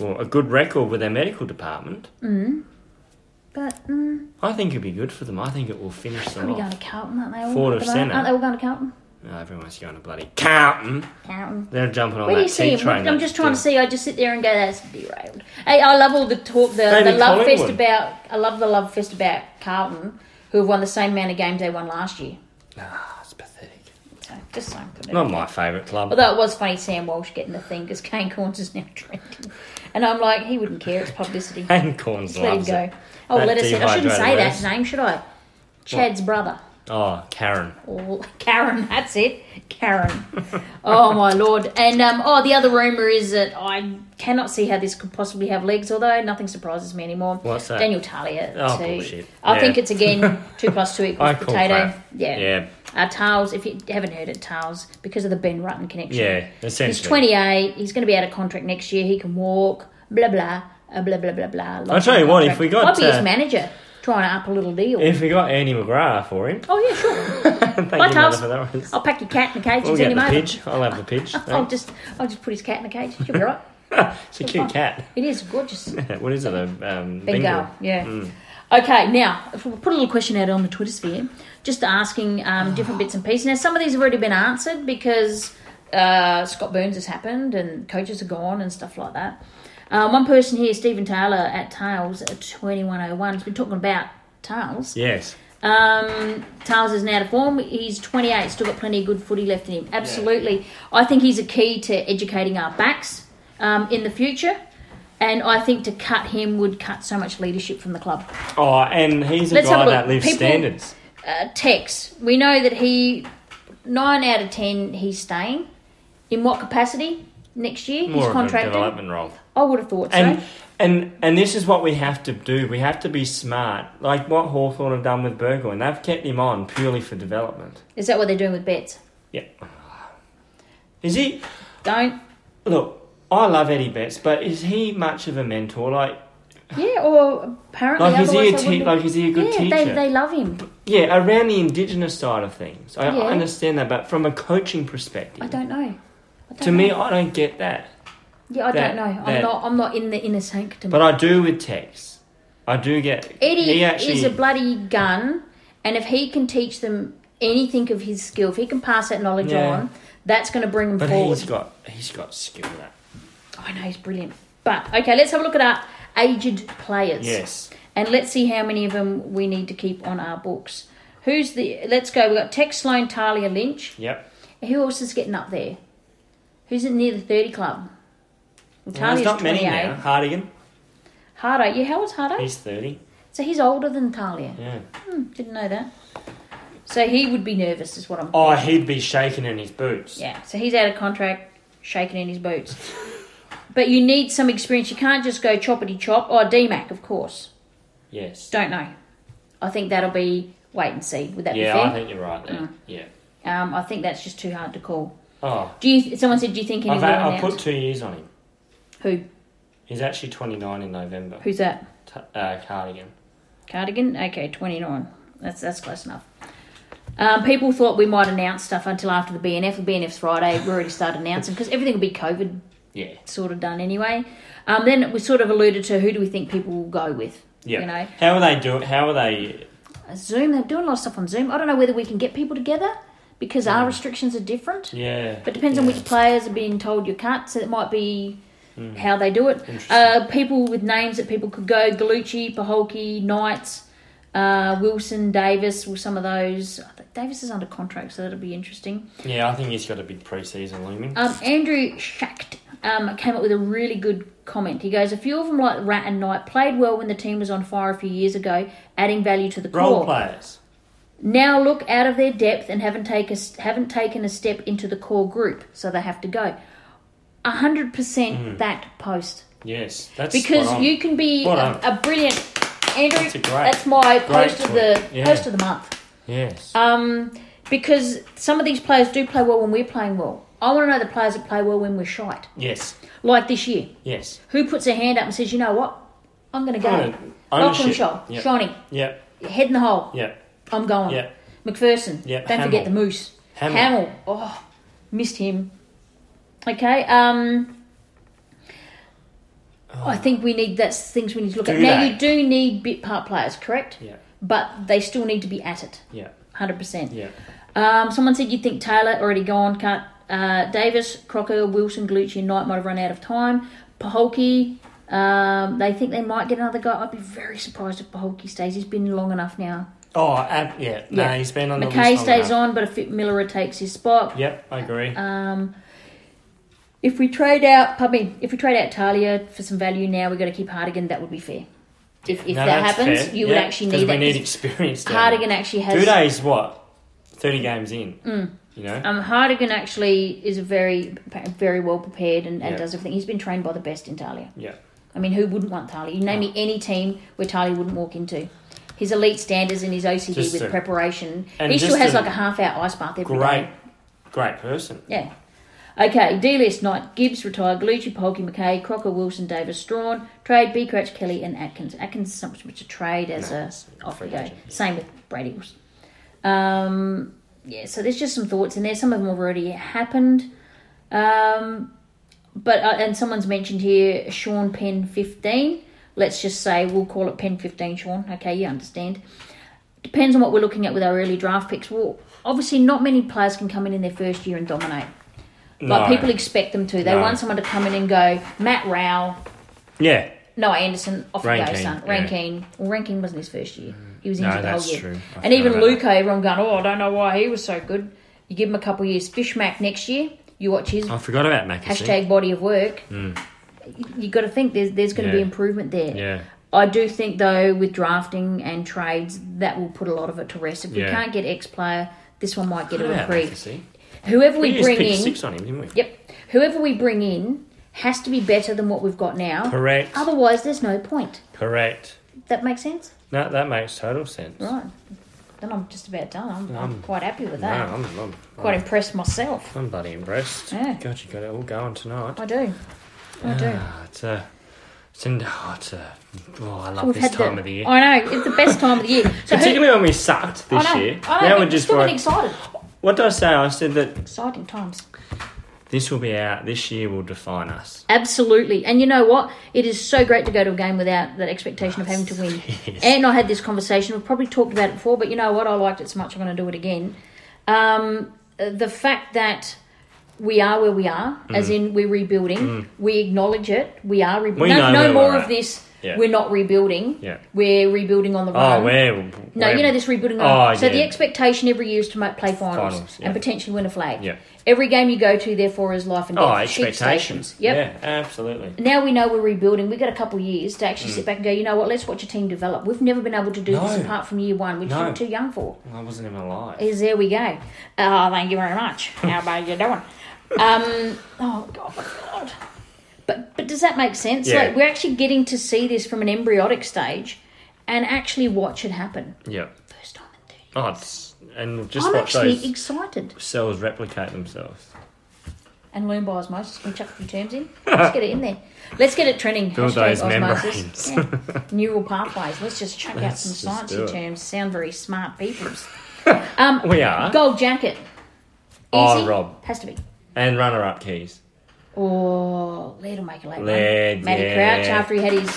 Speaker 2: well, a good record with their medical department.
Speaker 1: But mm,
Speaker 2: I think it'd be good for them. I think it will finish them
Speaker 1: probably going
Speaker 2: off.
Speaker 1: to Carlton, aren't they? all?
Speaker 2: Forward
Speaker 1: At
Speaker 2: of
Speaker 1: the moment?
Speaker 2: centre.
Speaker 1: Aren't they all going to Carlton?
Speaker 2: Oh, everyone's going to bloody Carlton.
Speaker 1: Carlton.
Speaker 2: They're jumping on
Speaker 1: Where do
Speaker 2: that
Speaker 1: you see
Speaker 2: tea
Speaker 1: him?
Speaker 2: train.
Speaker 1: I'm
Speaker 2: that-
Speaker 1: just trying to see. I just sit there and go, "That's derailed." Hey, I love all the talk, the, the
Speaker 2: David
Speaker 1: love fest
Speaker 2: Collingwood.
Speaker 1: about. I love the love fest about Carlton, who have won the same amount of games they won last year.
Speaker 2: Ah, it's pathetic.
Speaker 1: So just so good.
Speaker 2: Not my favourite club.
Speaker 1: Although it was funny, Sam Walsh getting the thing because Kane Corns is now trending, and I'm like, he wouldn't care. It's publicity.
Speaker 2: And Corns
Speaker 1: Let him
Speaker 2: loves
Speaker 1: go.
Speaker 2: it.
Speaker 1: Oh,
Speaker 2: That
Speaker 1: let us. I shouldn't say
Speaker 2: dehydrated
Speaker 1: that
Speaker 2: race.
Speaker 1: name, should I? Chad's brother.
Speaker 2: Oh, Karen.
Speaker 1: or Karen. That's it, Karen. oh my lord! And um, oh, the other rumor is that I cannot see how this could possibly have legs. Although nothing surprises me anymore.
Speaker 2: What's that?
Speaker 1: Daniel Talia.
Speaker 2: Oh,
Speaker 1: too.
Speaker 2: bullshit.
Speaker 1: I
Speaker 2: Yeah.
Speaker 1: think it's again two plus two equals
Speaker 2: I call
Speaker 1: potato.
Speaker 2: crap.
Speaker 1: Yeah.
Speaker 2: Yeah.
Speaker 1: Uh, Tiles, if you haven't heard it, Tiles, because of the Ben Rutten connection.
Speaker 2: Yeah, essentially.
Speaker 1: He's 28. He's going to be out of contract next year. He can walk. Blah blah uh, blah blah blah blah.
Speaker 2: I'll tell you what, if we got,
Speaker 1: might be his
Speaker 2: uh,
Speaker 1: manager trying to up a little deal.
Speaker 2: If we got Ernie McGrath for him.
Speaker 1: oh yeah, sure.
Speaker 2: Thank
Speaker 1: Bye,
Speaker 2: you, Mother,
Speaker 1: Charles.
Speaker 2: for that one.
Speaker 1: I'll pack your cat in a cage
Speaker 2: We'll
Speaker 1: and
Speaker 2: get
Speaker 1: send him
Speaker 2: the
Speaker 1: over.
Speaker 2: pidge. I'll have the pidge.
Speaker 1: I'll
Speaker 2: thanks.
Speaker 1: just I'll just put his cat in a cage. She'll be right.
Speaker 2: It's a cute cat.
Speaker 1: It is gorgeous.
Speaker 2: What is it? A um,
Speaker 1: Bengal. Yeah. Okay, now if we put a little question out on the Twitter sphere, just asking um, different bits and pieces. Now some of these have already been answered because uh, Scott Burns has happened and coaches are gone and stuff like that. Uh, one person here, Stephen Taylor at Tails at twenty one oh one, has been talking about Tails.
Speaker 2: Yes.
Speaker 1: Um, Tiles is now to form. He's 28, still got plenty of good footy left in him. Absolutely. I think he's a key to educating our backs um, in the future. And I think to cut him would cut so much leadership from the club.
Speaker 2: Oh, and he's a
Speaker 1: Let's have
Speaker 2: guy
Speaker 1: a
Speaker 2: that
Speaker 1: look.
Speaker 2: lives
Speaker 1: People-
Speaker 2: standards.
Speaker 1: Uh, Tex, we know that he, 9 out of 10, he's staying. In what capacity? Next year?
Speaker 2: More
Speaker 1: he's
Speaker 2: of a
Speaker 1: contracted.
Speaker 2: development role.
Speaker 1: I would have thought
Speaker 2: And
Speaker 1: so.
Speaker 2: and and this is what we have to do. We have to be smart, like what Hawthorn have done with Burgoyne. They've kept him on purely for development.
Speaker 1: Is that what they're doing with Betts?
Speaker 2: Yeah. Is he?
Speaker 1: Don't.
Speaker 2: Look, I love Eddie Betts, but is he much of a mentor? Like,
Speaker 1: Yeah, or apparently.
Speaker 2: like is he a
Speaker 1: otherwise they
Speaker 2: te-
Speaker 1: wouldn't-
Speaker 2: like is he a good
Speaker 1: yeah,
Speaker 2: teacher?
Speaker 1: They, they love him.
Speaker 2: Yeah, around the indigenous side of things, I,
Speaker 1: Yeah.
Speaker 2: I understand that, but from a coaching
Speaker 1: I
Speaker 2: perspective,
Speaker 1: don't know. I don't
Speaker 2: to
Speaker 1: know.
Speaker 2: me, I don't get that.
Speaker 1: Yeah, I
Speaker 2: that-
Speaker 1: don't know. I'm
Speaker 2: that-
Speaker 1: not. I'm not in the inner sanctum.
Speaker 2: But I do with Tex. I do get
Speaker 1: Eddie
Speaker 2: He actually,
Speaker 1: is a bloody gun, and if he can teach them anything of his skill, if he can pass that knowledge
Speaker 2: Yeah.
Speaker 1: on, that's going to bring them
Speaker 2: but
Speaker 1: forward.
Speaker 2: he's got he's got skill. in That
Speaker 1: I know he's brilliant. But okay, let's have a look at our aged players.
Speaker 2: yes,
Speaker 1: and let's see how many of them we need to keep on our books. Who's the? Let's go. We have got Tex Sloan, Talia Lynch.
Speaker 2: Yep.
Speaker 1: Who else is getting up there? Who's in near the thirty club? Well,
Speaker 2: Well, there's
Speaker 1: Talia's
Speaker 2: not many
Speaker 1: twenty
Speaker 2: now.
Speaker 1: eight.
Speaker 2: Hardigan,
Speaker 1: Hardo, yeah, how old's Hardo?
Speaker 2: he's 30.
Speaker 1: so he's older than Talia.
Speaker 2: Yeah.
Speaker 1: Hmm, didn't know that. So he would be nervous, is what I'm.
Speaker 2: Oh, he'd be shaking in his boots.
Speaker 1: Yeah, so he's out of contract, shaking in his boots. but you need some experience. You can't just go choppity chop. Oh, DMAC, of course.
Speaker 2: Yes.
Speaker 1: Don't know. I think that'll be wait and see. Would that
Speaker 2: yeah,
Speaker 1: be fair?
Speaker 2: I think you're right there.
Speaker 1: Mm.
Speaker 2: Yeah.
Speaker 1: um, I think that's just too hard to call.
Speaker 2: Oh,
Speaker 1: Do you? Someone said, do you think he will
Speaker 2: I've,
Speaker 1: be
Speaker 2: had, I've
Speaker 1: announced?
Speaker 2: put two years on him.
Speaker 1: Who?
Speaker 2: He's actually 29 in November.
Speaker 1: Who's that?
Speaker 2: T- uh, Cardigan.
Speaker 1: Cardigan. Okay, twenty nine. That's that's close enough. Um, people thought we might announce stuff until after the BNF. The BNF's Friday. We already started announcing because everything will be COVID
Speaker 2: Yeah.
Speaker 1: sort of done anyway. Um, then we sort of alluded to who do we think people will go with.
Speaker 2: Yeah.
Speaker 1: You know,
Speaker 2: How are they doing? How are they?
Speaker 1: Zoom. They're doing a lot of stuff on Zoom. I don't know whether we can get people together because our restrictions are different.
Speaker 2: Yeah.
Speaker 1: But it depends on
Speaker 2: yeah. Mm.
Speaker 1: which players are being told you can't. So it might be how they do it.
Speaker 2: Interesting.
Speaker 1: Uh, people with names that people could go: Galucci, Paholke, Knights, uh, Wilson, Davis. Well, some of those. I think Davis is under contract, so that'll be interesting.
Speaker 2: Yeah, I think he's got a big preseason looming.
Speaker 1: Um, Andrew Schacht um, came up with a really good comment. He goes, "A few of them, like Rat and Knight, played well when the team was on fire a few years ago, adding value to the
Speaker 2: Role
Speaker 1: core.
Speaker 2: players.
Speaker 1: Now look out of their depth and haven't take a, haven't taken a step into the core group, so they have to go. A hundred percent that post
Speaker 2: Yes, that's
Speaker 1: because
Speaker 2: spot Hmm. on.
Speaker 1: you can be
Speaker 2: Spot
Speaker 1: a, a brilliant Andrew.
Speaker 2: That's
Speaker 1: That's,
Speaker 2: a great-
Speaker 1: my
Speaker 2: great
Speaker 1: post of
Speaker 2: tweet.
Speaker 1: the
Speaker 2: Yeah.
Speaker 1: post of the month.
Speaker 2: Yes.
Speaker 1: Um, because some of these players do play well when we're playing well. I want to know the players that play well when we're shite,
Speaker 2: yes.
Speaker 1: like this year.
Speaker 2: Yes.
Speaker 1: Who puts their hand up and says, "You know what? I'm going to go."
Speaker 2: Owner-
Speaker 1: Lock and
Speaker 2: Ownership.
Speaker 1: show,
Speaker 2: Yep.
Speaker 1: shiny,
Speaker 2: Yep.
Speaker 1: head in the hole.
Speaker 2: Yep.
Speaker 1: I'm going.
Speaker 2: Yep.
Speaker 1: McPherson.
Speaker 2: Yeah,
Speaker 1: Don't forget the
Speaker 2: Hamill.
Speaker 1: Moose.
Speaker 2: Hamill.
Speaker 1: Hamill. Oh, missed him. Okay. Um, I think we need that's things we need to look at.
Speaker 2: Oh. Do
Speaker 1: Now
Speaker 2: they?
Speaker 1: you do need bit part players, correct?
Speaker 2: Yep.
Speaker 1: But they still need to be at it,
Speaker 2: Yep.
Speaker 1: hundred percent.
Speaker 2: Yep.
Speaker 1: Um, someone said you think Taylor already gone. Can't uh, Davis, Crocker, Wilson, Glucci, and Knight might have run out of time. Paholke. Um, they think they might get another guy. I'd be very surprised if Paholke stays. He's been long enough now.
Speaker 2: Oh, ab- yeah. No,
Speaker 1: Yeah.
Speaker 2: he's been on the
Speaker 1: McKay
Speaker 2: list long
Speaker 1: stays
Speaker 2: enough.
Speaker 1: on, but if it- Miller takes his spot.
Speaker 2: Yep, I agree.
Speaker 1: Um, if we trade out, pardon me, if we trade out Talia for some value now, we've got to keep Hardigan. That would be fair. If, if
Speaker 2: No,
Speaker 1: that
Speaker 2: that's
Speaker 1: happens,
Speaker 2: fair.
Speaker 1: you would
Speaker 2: Yeah,
Speaker 1: actually
Speaker 2: 'cause
Speaker 1: need
Speaker 2: we
Speaker 1: that.
Speaker 2: need experience. down there.
Speaker 1: Hardigan actually
Speaker 2: Two
Speaker 1: has.
Speaker 2: days, what? 30 games in. You know?
Speaker 1: Um, Hardigan actually is a very, very well prepared and, and
Speaker 2: Yeah.
Speaker 1: does everything. He's been trained by the best in Talia.
Speaker 2: yeah.
Speaker 1: I mean, who wouldn't want Talia? You name me any team where Talia wouldn't walk into. His elite standards and his OCD
Speaker 2: Just
Speaker 1: with
Speaker 2: a-
Speaker 1: preparation.
Speaker 2: and
Speaker 1: He still
Speaker 2: just
Speaker 1: has
Speaker 2: a
Speaker 1: like a half hour ice bath every day.
Speaker 2: Great, great person.
Speaker 1: Yeah. Okay, D list Knight, Gibbs retired, Galucci, Polky, McKay, Crocker, Wilson, Davis, Strawn, trade B Crouch, Kelly, and Atkins. Atkins is something to trade as
Speaker 2: No,
Speaker 1: a
Speaker 2: it's a
Speaker 1: off we
Speaker 2: free
Speaker 1: go.
Speaker 2: agent, yeah.
Speaker 1: Same with Brady Wilson. Um, yeah, so there's just some thoughts in there. Some of them have already happened. Um, but uh, and someone's mentioned here Sean Penn 15. Let's just say we'll call it Penn 15, Sean. Okay, you understand depends on what we're looking at with our early draft picks. Well, obviously, not many players can come in in their first year and dominate. Like
Speaker 2: No.
Speaker 1: people expect them to. They
Speaker 2: No.
Speaker 1: want someone to come in and go Matt Rao,
Speaker 2: Yeah.
Speaker 1: Noah Anderson, off you go,
Speaker 2: Rankine,
Speaker 1: son.
Speaker 2: yeah.
Speaker 1: Rankine. Well, Rankine wasn't his first year. He was
Speaker 2: No,
Speaker 1: injured the
Speaker 2: that's
Speaker 1: whole year.
Speaker 2: true. I
Speaker 1: And even
Speaker 2: forgot about
Speaker 1: Luca, everyone going, oh, I don't know why he was so good. You give him a couple of years. Fishmack next year, you watch his
Speaker 2: I forgot about Mackesy.
Speaker 1: hashtag body of work. You, you got to think there's there's going to be
Speaker 2: Mm. Yeah.
Speaker 1: improvement there.
Speaker 2: Yeah.
Speaker 1: I do think though with drafting and trades that will put a lot of it to rest. If
Speaker 2: Yeah.
Speaker 1: we can't get X player, this one might get a
Speaker 2: Forgot about
Speaker 1: reprieve.
Speaker 2: Mackesy.
Speaker 1: Whoever
Speaker 2: We
Speaker 1: we,
Speaker 2: just
Speaker 1: bring
Speaker 2: picked
Speaker 1: in,
Speaker 2: six on him, didn't we?
Speaker 1: yep, whoever we bring in has to be better than what we've got now.
Speaker 2: Correct.
Speaker 1: Otherwise, there's no point.
Speaker 2: Correct.
Speaker 1: That makes sense,
Speaker 2: No, that makes total sense.
Speaker 1: right? Then I'm just about done. I'm, I'm quite happy with
Speaker 2: Um, No,
Speaker 1: that.
Speaker 2: I'm, I'm,
Speaker 1: quite impressed myself.
Speaker 2: I'm bloody impressed.
Speaker 1: Yeah.
Speaker 2: God, you got it all going tonight.
Speaker 1: I do. I do.
Speaker 2: Ah, it's a, it's a, oh, it's a, oh, I love
Speaker 1: We've
Speaker 2: this
Speaker 1: had the-
Speaker 2: time of the year.
Speaker 1: I know it's the best time of the year. So who,
Speaker 2: Particularly when we sucked this
Speaker 1: I know.
Speaker 2: year.
Speaker 1: I know.
Speaker 2: now
Speaker 1: but
Speaker 2: we're just
Speaker 1: still getting
Speaker 2: like,
Speaker 1: excited.
Speaker 2: what did I say? I said that
Speaker 1: Exciting times.
Speaker 2: this will be out. This year will define us.
Speaker 1: Absolutely. And you know what? It is so great to go to a game without that expectation of having to win.
Speaker 2: Yes.
Speaker 1: And I had this conversation. We've probably talked about it before, but you know what? I liked it so much, I'm going to do it again. Um, uh, the fact that we are
Speaker 2: Mm.
Speaker 1: where we are, as in we're rebuilding, we acknowledge it, we are rebuilding.
Speaker 2: We
Speaker 1: No,
Speaker 2: know
Speaker 1: no
Speaker 2: where
Speaker 1: more
Speaker 2: we're
Speaker 1: of
Speaker 2: at.
Speaker 1: this.
Speaker 2: Yeah.
Speaker 1: We're not rebuilding.
Speaker 2: Yeah.
Speaker 1: We're rebuilding on the run.
Speaker 2: Oh, where?
Speaker 1: No,
Speaker 2: where-
Speaker 1: you know this rebuilding.
Speaker 2: Oh,
Speaker 1: on so the
Speaker 2: yeah.
Speaker 1: expectation every year is to make play finals,
Speaker 2: Finals, yeah.
Speaker 1: and potentially win a flag.
Speaker 2: Yeah.
Speaker 1: Every game you go to, therefore, is life and death.
Speaker 2: Oh,
Speaker 1: Sheep
Speaker 2: expectations.
Speaker 1: stations. Yep.
Speaker 2: Yeah, absolutely.
Speaker 1: Now we know we're rebuilding. We've got a couple of years to actually sit back and go. You know what? Let's watch a team develop. We've never been able to do this
Speaker 2: Mm. No.
Speaker 1: apart from year one, which
Speaker 2: No.
Speaker 1: you're too young for.
Speaker 2: I wasn't even alive.
Speaker 1: Is there we go? Oh, thank you very much. How about you doing? Um, oh God, my God. But but does that make sense?
Speaker 2: Yeah.
Speaker 1: Like we're actually getting to see this from an embryonic stage, and actually watch it happen.
Speaker 2: Yeah.
Speaker 1: First time in thirty.
Speaker 2: Oh, it's, and just
Speaker 1: I'm
Speaker 2: watch
Speaker 1: actually
Speaker 2: those
Speaker 1: excited
Speaker 2: cells replicate themselves.
Speaker 1: and learn by osmosis. Can we chuck a few terms in? Let's get it in there. Let's get it trending.
Speaker 2: Build
Speaker 1: Hashtag
Speaker 2: those
Speaker 1: osmosis. Yeah. Neural pathways. Let's just chuck out
Speaker 2: Let's
Speaker 1: some
Speaker 2: just do
Speaker 1: sciencey
Speaker 2: it.
Speaker 1: terms. Sound very smart peoples. Um,
Speaker 2: We are.
Speaker 1: Gold jacket. Easy.
Speaker 2: Oh, Rob.
Speaker 1: Has to be.
Speaker 2: And runner-up keys.
Speaker 1: Oh, Led will make a late
Speaker 2: Laird,
Speaker 1: one. Matty
Speaker 2: yeah.
Speaker 1: Crouch after he had his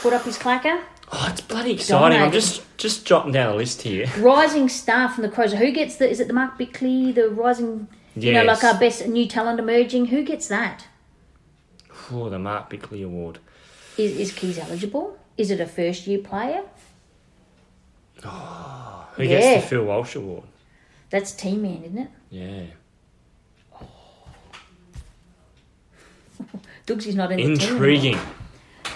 Speaker 1: put up his clacker.
Speaker 2: Oh, it's bloody exciting. I'm
Speaker 1: Dominating.
Speaker 2: just just jotting down a list here.
Speaker 1: Rising star from the Crows. Who gets the? Is it the Mark Bickley? The rising, you know,
Speaker 2: Yes.
Speaker 1: like uh, our best new talent emerging. Who gets that?
Speaker 2: Oh, the Mark Bickley Award.
Speaker 1: Is is Keys eligible? Is it a first year player?
Speaker 2: Who gets
Speaker 1: Yeah.
Speaker 2: the Phil Walsh Award?
Speaker 1: That's team man, isn't it?
Speaker 2: Yeah.
Speaker 1: Doogsy's not in the team. anymore.
Speaker 2: Intriguing.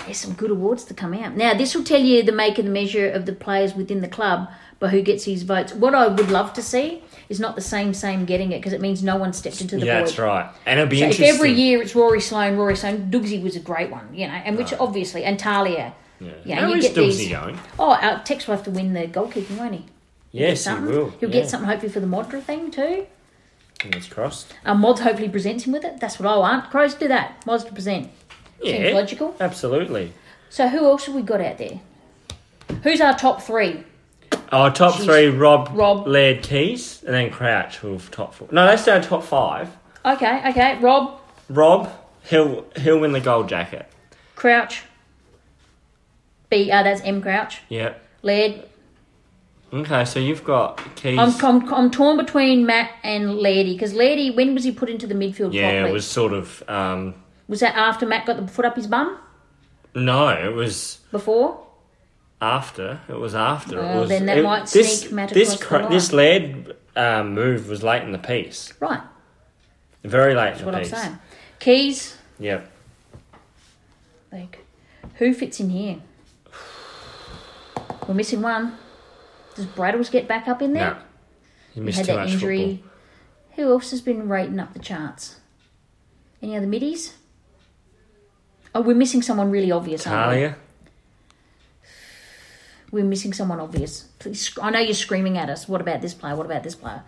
Speaker 1: There's some good awards to come out. Now, this will tell you the make and the measure of the players within the club by who gets his votes. What I would love to see is not the same, same getting it because it means no one stepped into the
Speaker 2: Yeah,
Speaker 1: void.
Speaker 2: that's right. And it'll be
Speaker 1: So if
Speaker 2: interesting.
Speaker 1: every year it's Rory Sloan, Rory Sloan, Doogsy was a great one, you know, and which obviously, and Talia.
Speaker 2: yeah.
Speaker 1: yeah,
Speaker 2: How
Speaker 1: you
Speaker 2: is
Speaker 1: get these-
Speaker 2: Doozy going?
Speaker 1: Oh, our Tex will have to win the goalkeeping, won't he? Get
Speaker 2: Yes, he
Speaker 1: something.
Speaker 2: will.
Speaker 1: He'll
Speaker 2: yeah.
Speaker 1: get something hopefully for the Modra thing too.
Speaker 2: Fingers crossed.
Speaker 1: Uh, Mods hopefully presents him with it. That's what I want. Crows do that. Mods to present.
Speaker 2: Yeah.
Speaker 1: logical.
Speaker 2: Absolutely.
Speaker 1: So who else have we got out there? Who's our top three?
Speaker 2: Our Oh, top
Speaker 1: Jeez.
Speaker 2: three: Rob,
Speaker 1: Rob.
Speaker 2: Laird, Keys, and then Crouch. Who have top four? No, that's our top five.
Speaker 1: Okay, okay. Rob,
Speaker 2: Rob, he'll he'll win the gold jacket.
Speaker 1: Crouch. B, uh, that's M Crouch.
Speaker 2: Yep.
Speaker 1: Laird.
Speaker 2: Okay, so you've got Keys.
Speaker 1: I'm, I'm, I'm torn between Matt and Lairdy because Lairdy, when was he put into the midfield
Speaker 2: yeah,
Speaker 1: properly?
Speaker 2: it was sort of um,
Speaker 1: Was that after Matt got the foot up his bum?
Speaker 2: no, it was
Speaker 1: Before?
Speaker 2: after. It was after. it
Speaker 1: Well,
Speaker 2: was,
Speaker 1: then that
Speaker 2: it-
Speaker 1: might
Speaker 2: this,
Speaker 1: sneak Matt
Speaker 2: this
Speaker 1: across the
Speaker 2: cra- this
Speaker 1: line.
Speaker 2: Laird um, move was late in the piece,
Speaker 1: Right,
Speaker 2: very late in
Speaker 1: that's
Speaker 2: the
Speaker 1: what I'm
Speaker 2: piece.
Speaker 1: saying. Keys,
Speaker 2: Yep.
Speaker 1: like, who fits in here? We're missing one. Does Bradles get back up in there?
Speaker 2: No. You missed
Speaker 1: Had
Speaker 2: too
Speaker 1: that
Speaker 2: much
Speaker 1: injury. Who else has been rating up the charts? Any other middies? Oh, we're missing someone really obvious,
Speaker 2: football.
Speaker 1: aren't we?
Speaker 2: Talia.
Speaker 1: We're missing someone obvious. Please, sc- I know you're screaming at us. What about this player? What about this player?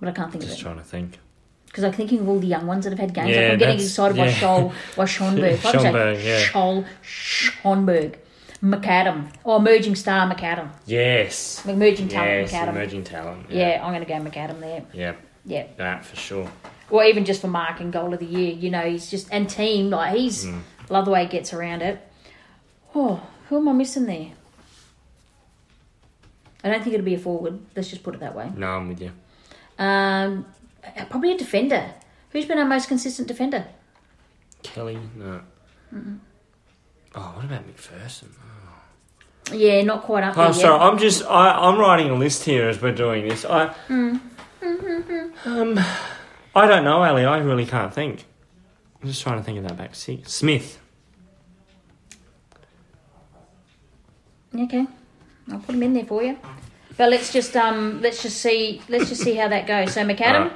Speaker 1: But I can't think
Speaker 2: Just
Speaker 1: of it
Speaker 2: trying to think.
Speaker 1: because I'm thinking of all the young ones that have had games.
Speaker 2: Yeah,
Speaker 1: like I'm getting
Speaker 2: that's-
Speaker 1: excited by
Speaker 2: yeah.
Speaker 1: Scholl, by Schonberg. What was that?
Speaker 2: Schonberg, yeah.
Speaker 1: Scholl, Schonberg, McAdam, or emerging star McAdam,
Speaker 2: Yes.
Speaker 1: emerging talent
Speaker 2: Yes,
Speaker 1: McAdam.
Speaker 2: emerging talent.
Speaker 1: yeah. I'm going to go McAdam there.
Speaker 2: Yeah.
Speaker 1: Yeah,
Speaker 2: That for sure.
Speaker 1: or even just for mark and goal of the year. You know, he's just and team like he's
Speaker 2: Mm.
Speaker 1: love the way he gets around it. Oh, who am I missing there? I don't think it'll be a forward. Let's just put it that way.
Speaker 2: No, I'm with you.
Speaker 1: Um, probably a defender. Who's been our most consistent defender?
Speaker 2: Kelly, no. Oh, what about McPherson?
Speaker 1: Yeah, not quite up
Speaker 2: Oh,
Speaker 1: there
Speaker 2: sorry.
Speaker 1: yet.
Speaker 2: I'm just I, I'm writing a list here as we're doing this. I um I don't know, Ali. I really can't think. I'm just trying to think of that back seat. Smith.
Speaker 1: Okay, I'll put him in there for you. But let's just um, let's just see, let's just see how that goes. So McAdam.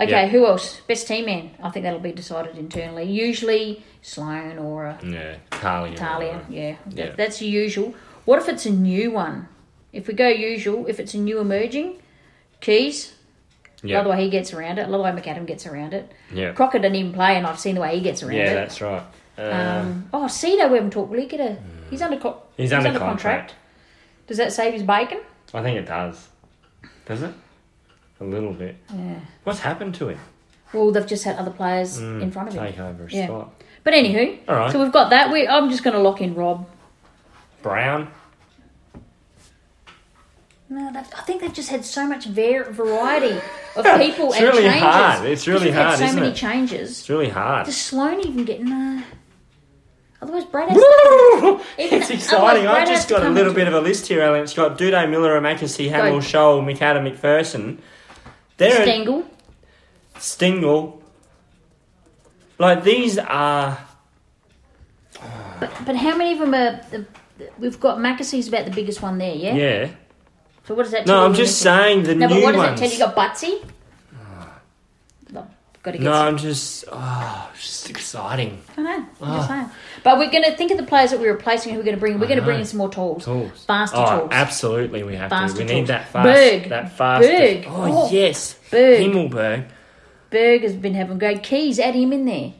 Speaker 1: Okay,
Speaker 2: Yeah.
Speaker 1: who else? Best team man. I think that'll be decided internally. Usually Sloan or a
Speaker 2: Yeah. Talia.
Speaker 1: Talia. Yeah, that,
Speaker 2: Yeah.
Speaker 1: that's the usual. What if it's a new one? If we go usual, if it's a new emerging, Keys.
Speaker 2: Yeah.
Speaker 1: Love the way he gets around it. Love the way McAdam gets around it.
Speaker 2: Yeah.
Speaker 1: Crocker didn't even play, and I've seen the way he gets around
Speaker 2: yeah,
Speaker 1: it.
Speaker 2: that's right. Uh,
Speaker 1: Um, oh, Cedo, we haven't talked. Will he get a? He's under. Co-
Speaker 2: he's, under, contract.
Speaker 1: Does that save his bacon?
Speaker 2: I think it does. Does it? A little bit.
Speaker 1: Yeah.
Speaker 2: What's happened to him?
Speaker 1: Well, they've just had other players in front of him.
Speaker 2: Mm, Take over a
Speaker 1: Yeah.
Speaker 2: spot.
Speaker 1: But anywho,
Speaker 2: All right.
Speaker 1: so we've got that. We, I'm just going to lock in Rob.
Speaker 2: Brown.
Speaker 1: No, they've- I think they've just had so much var- variety of people
Speaker 2: It's
Speaker 1: and
Speaker 2: really
Speaker 1: changes.
Speaker 2: hard. It's really
Speaker 1: Because we've
Speaker 2: hard,
Speaker 1: Had so
Speaker 2: isn't
Speaker 1: many
Speaker 2: it?
Speaker 1: changes.
Speaker 2: It's really hard.
Speaker 1: Does Sloan even get? No. I Otherwise, Brad has to- Even-
Speaker 2: it's exciting.
Speaker 1: otherwise Brad has
Speaker 2: I've just
Speaker 1: to
Speaker 2: got a
Speaker 1: come
Speaker 2: little
Speaker 1: into-
Speaker 2: bit of a list here, Alan. It's got Duday, Miller, Amakasi, Hamill,
Speaker 1: Go.
Speaker 2: Shoal, McAdam, McPherson. They're
Speaker 1: Stengel.
Speaker 2: Stingle. Like these are
Speaker 1: But, but how many of them are? The, the- we've got Macassie's about the biggest one there, yeah.
Speaker 2: yeah.
Speaker 1: So what does that? tell
Speaker 2: No, I'm
Speaker 1: you
Speaker 2: just
Speaker 1: missing?
Speaker 2: saying the
Speaker 1: No,
Speaker 2: new
Speaker 1: but what does
Speaker 2: ones. Ah.
Speaker 1: that tell you? You got Butsy. No, got to get.
Speaker 2: no,
Speaker 1: some-
Speaker 2: I'm just oh, it's just exciting.
Speaker 1: I know. I'm
Speaker 2: Ah.
Speaker 1: just saying. But we're going to think of the players that we're replacing. Who we're going to bring? in. We're going to bring in some more tools,
Speaker 2: Tools.
Speaker 1: faster
Speaker 2: oh,
Speaker 1: tools.
Speaker 2: absolutely, we have
Speaker 1: Faster
Speaker 2: to. We
Speaker 1: tools.
Speaker 2: need that fast.
Speaker 1: Berg.
Speaker 2: That fast.
Speaker 1: Berg.
Speaker 2: Oh,
Speaker 1: Oh.
Speaker 2: yes,
Speaker 1: Berg.
Speaker 2: Himmelberg.
Speaker 1: Berg has been having great keys. Add him in there.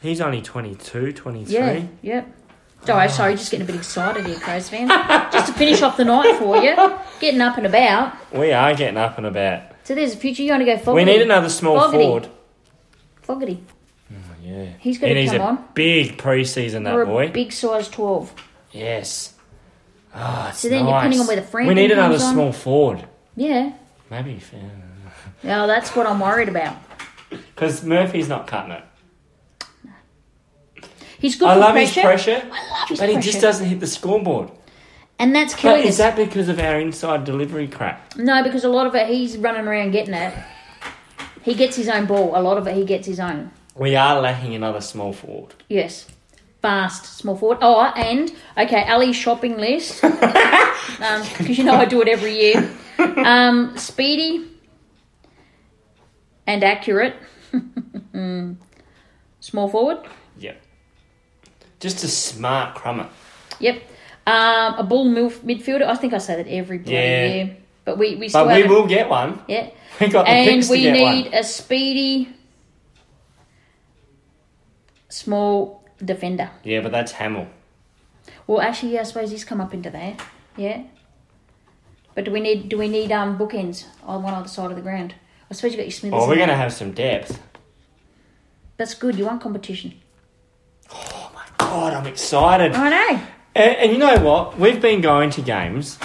Speaker 2: He's only 22, 23.
Speaker 1: Yeah. Yep. Sorry, sorry, just getting a bit excited here, Crows fans. just to finish off the night for you, getting up and about.
Speaker 2: We are getting up and about.
Speaker 1: So there's a future. You want to go
Speaker 2: We
Speaker 1: Fogarty?
Speaker 2: need another small
Speaker 1: Fogarty.
Speaker 2: forward.
Speaker 1: Fogarty.
Speaker 2: Yeah.
Speaker 1: He's gotta
Speaker 2: He needs
Speaker 1: come
Speaker 2: a
Speaker 1: on.
Speaker 2: Big preseason, that
Speaker 1: Or a
Speaker 2: boy.
Speaker 1: big size twelve.
Speaker 2: yes. Oh, it's
Speaker 1: So then,
Speaker 2: nice.
Speaker 1: depending on where the
Speaker 2: We
Speaker 1: Frampton
Speaker 2: need another
Speaker 1: comes on-
Speaker 2: small forward.
Speaker 1: Yeah.
Speaker 2: Maybe. uh,
Speaker 1: Now that's what I'm worried about.
Speaker 2: Because Murphy's not cutting it.
Speaker 1: He's good
Speaker 2: I
Speaker 1: for
Speaker 2: love
Speaker 1: pressure.
Speaker 2: his pressure,
Speaker 1: I love his
Speaker 2: but he
Speaker 1: pressure.
Speaker 2: just doesn't hit the scoreboard.
Speaker 1: and that's
Speaker 2: But
Speaker 1: killing
Speaker 2: is
Speaker 1: us.
Speaker 2: that because of our inside delivery crap?
Speaker 1: No, because a lot of it he's running around getting it. He gets his own ball. A lot of it he gets his own.
Speaker 2: We are lacking another small forward.
Speaker 1: Yes. Fast, small forward. Oh, and okay, Ali's shopping list because you know I do it every year. Um, speedy and accurate. small forward.
Speaker 2: Yep. Just a smart crummer.
Speaker 1: Yep. Um, a bull milf midfielder. I think I say that every bloody
Speaker 2: Yeah.
Speaker 1: year. But we, we still
Speaker 2: But we
Speaker 1: haven't-
Speaker 2: will get one.
Speaker 1: Yeah.
Speaker 2: We got the
Speaker 1: And
Speaker 2: picks to
Speaker 1: we
Speaker 2: get
Speaker 1: need
Speaker 2: one.
Speaker 1: a speedy small defender.
Speaker 2: Yeah, but that's Hamill.
Speaker 1: Well actually yeah, I suppose he's come up into there. Yeah. But do we need do we need um bookends on one other side of the ground? I suppose you got your Smithers.
Speaker 2: Well,
Speaker 1: in
Speaker 2: we're going to
Speaker 1: there.
Speaker 2: have some depth.
Speaker 1: That's good, you want competition.
Speaker 2: Oh my god, I'm excited.
Speaker 1: I know.
Speaker 2: And, and you know what? We've been going to games.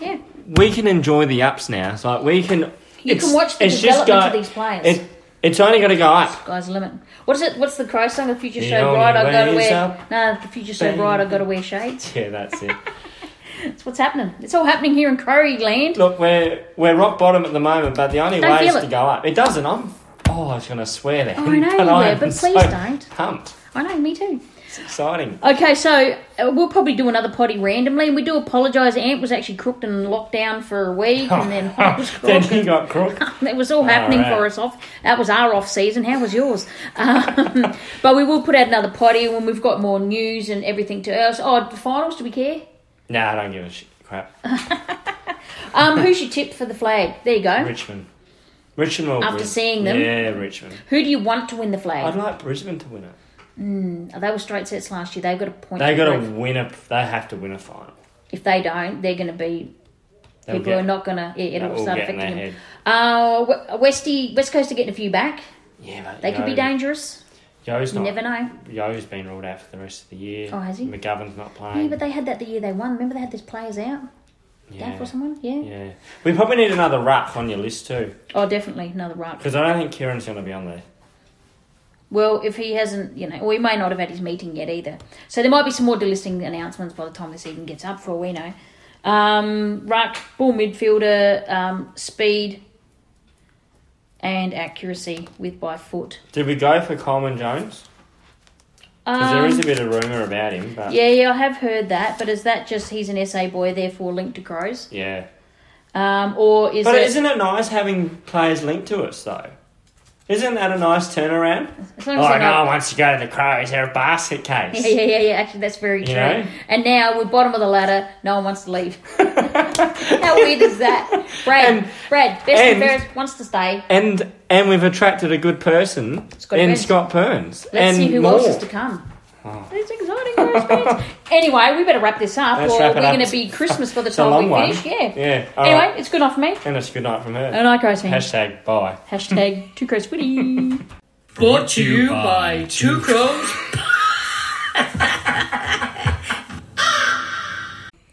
Speaker 1: Yeah.
Speaker 2: We can enjoy the ups now. So like we can.
Speaker 1: You
Speaker 2: it's-
Speaker 1: can watch the
Speaker 2: it's
Speaker 1: development
Speaker 2: just go-
Speaker 1: of these players.
Speaker 2: It, it's only going to go up.
Speaker 1: Guys, limit. What is it? What's the cry song? The future
Speaker 2: The
Speaker 1: so
Speaker 2: only
Speaker 1: bright, I gotta
Speaker 2: way is
Speaker 1: wear.
Speaker 2: up,
Speaker 1: No, the future so bright, I gotta wear shades.
Speaker 2: Yeah, that's it.
Speaker 1: That's what's happening. It's all happening here in Crowley land.
Speaker 2: Look, we're we're rock bottom at the moment, but the only
Speaker 1: Don't
Speaker 2: way is
Speaker 1: feel
Speaker 2: to
Speaker 1: it.
Speaker 2: go up. It doesn't. I'm. Oh, I was going to swear then.
Speaker 1: Oh, I know you
Speaker 2: but
Speaker 1: were,
Speaker 2: I'm
Speaker 1: but please
Speaker 2: so
Speaker 1: don't.
Speaker 2: Pumped.
Speaker 1: I know, me too.
Speaker 2: It's exciting.
Speaker 1: Okay, so uh, we'll probably do another potty randomly, and we do apologise. Ant was actually crooked and locked down for a week, and then I was
Speaker 2: Oh, then
Speaker 1: crooked.
Speaker 2: he got crook.
Speaker 1: It was all happening
Speaker 2: Alright.
Speaker 1: for us off. That was our off season. How was yours? Um, but we will put out another potty when we've got more news and everything to us. Oh, the finals? Do we care?
Speaker 2: nah, I don't give a shit. Crap.
Speaker 1: Um, who's your tip for the flag? There you go.
Speaker 2: Richmond. Richmond. will
Speaker 1: After
Speaker 2: win.
Speaker 1: seeing them.
Speaker 2: Yeah, Richmond.
Speaker 1: Who do you want to win the
Speaker 2: I'd
Speaker 1: flag?
Speaker 2: like Brisbane to win it.
Speaker 1: They were straight sets last year. They got a point.
Speaker 2: They
Speaker 1: to
Speaker 2: got to
Speaker 1: prove.
Speaker 2: win a. They have to win a final.
Speaker 1: If they don't, they're going to be.
Speaker 2: They'll
Speaker 1: people
Speaker 2: get-
Speaker 1: are not going to. Yeah,
Speaker 2: that
Speaker 1: it'll
Speaker 2: will
Speaker 1: start
Speaker 2: get in
Speaker 1: affecting
Speaker 2: their
Speaker 1: them.
Speaker 2: head.
Speaker 1: Uh, W- Westy, West Coast are getting a few back.
Speaker 2: Yeah, but
Speaker 1: They could be
Speaker 2: Yo-
Speaker 1: dangerous.
Speaker 2: Yo's
Speaker 1: You
Speaker 2: not.
Speaker 1: never know.
Speaker 2: Yo's been ruled out for the rest of the year.
Speaker 1: Oh, has he?
Speaker 2: McGovern's not
Speaker 1: Yeah,
Speaker 2: playing.
Speaker 1: but they had that the year they won. Remember they had these players out?
Speaker 2: yeah.
Speaker 1: Gaff or someone? Yeah.
Speaker 2: Yeah. We probably need another ruck on your list too,
Speaker 1: Oh, definitely another right.
Speaker 2: because I don't think Kieran's going to be on there.
Speaker 1: Well, if he hasn't, you know, or he may not have had his meeting yet either. So there might be some more delisting announcements by the time this even gets up, for all we know. Um, ruck, ball midfielder, um, speed, and accuracy with by foot.
Speaker 2: Did we go for Coleman Jones? Because there is a bit of rumor about him, but
Speaker 1: Um, Yeah, yeah, I have heard that, but is that just he's an SA boy, therefore linked to Crows?
Speaker 2: Yeah.
Speaker 1: Um, or is
Speaker 2: But
Speaker 1: it,
Speaker 2: isn't it nice having players linked to us though? Isn't that a nice turnaround?
Speaker 1: as long as
Speaker 2: Oh
Speaker 1: they're
Speaker 2: no!
Speaker 1: not-
Speaker 2: Once you go to the Crows, they're a basket case.
Speaker 1: Yeah, yeah, yeah, yeah. Actually, that's very
Speaker 2: You
Speaker 1: true.
Speaker 2: know?
Speaker 1: And now we're bottom of the ladder. No one wants to leave. How weird is that, Brad?
Speaker 2: And-
Speaker 1: Brad, best
Speaker 2: and-
Speaker 1: and fairest wants to stay.
Speaker 2: and and we've attracted a good person
Speaker 1: Scott
Speaker 2: in
Speaker 1: Burns.
Speaker 2: Scott Burns.
Speaker 1: Let's
Speaker 2: and
Speaker 1: see who
Speaker 2: more. Oh.
Speaker 1: else is to come. It's exciting, guys, friends. Anyway, we better wrap this up,
Speaker 2: Let's
Speaker 1: or
Speaker 2: wrap it
Speaker 1: we're
Speaker 2: up.
Speaker 1: going to be Christmas by the
Speaker 2: It's a
Speaker 1: time
Speaker 2: long
Speaker 1: we
Speaker 2: one.
Speaker 1: finish. Yeah.
Speaker 2: Yeah. all
Speaker 1: Anyway,
Speaker 2: right.
Speaker 1: it's good enough for me.
Speaker 2: And it's good night from her.
Speaker 1: And I, Crows fan.
Speaker 2: Hashtag bye.
Speaker 1: Hashtag two Crows Witty.
Speaker 3: Brought to you by Two Crows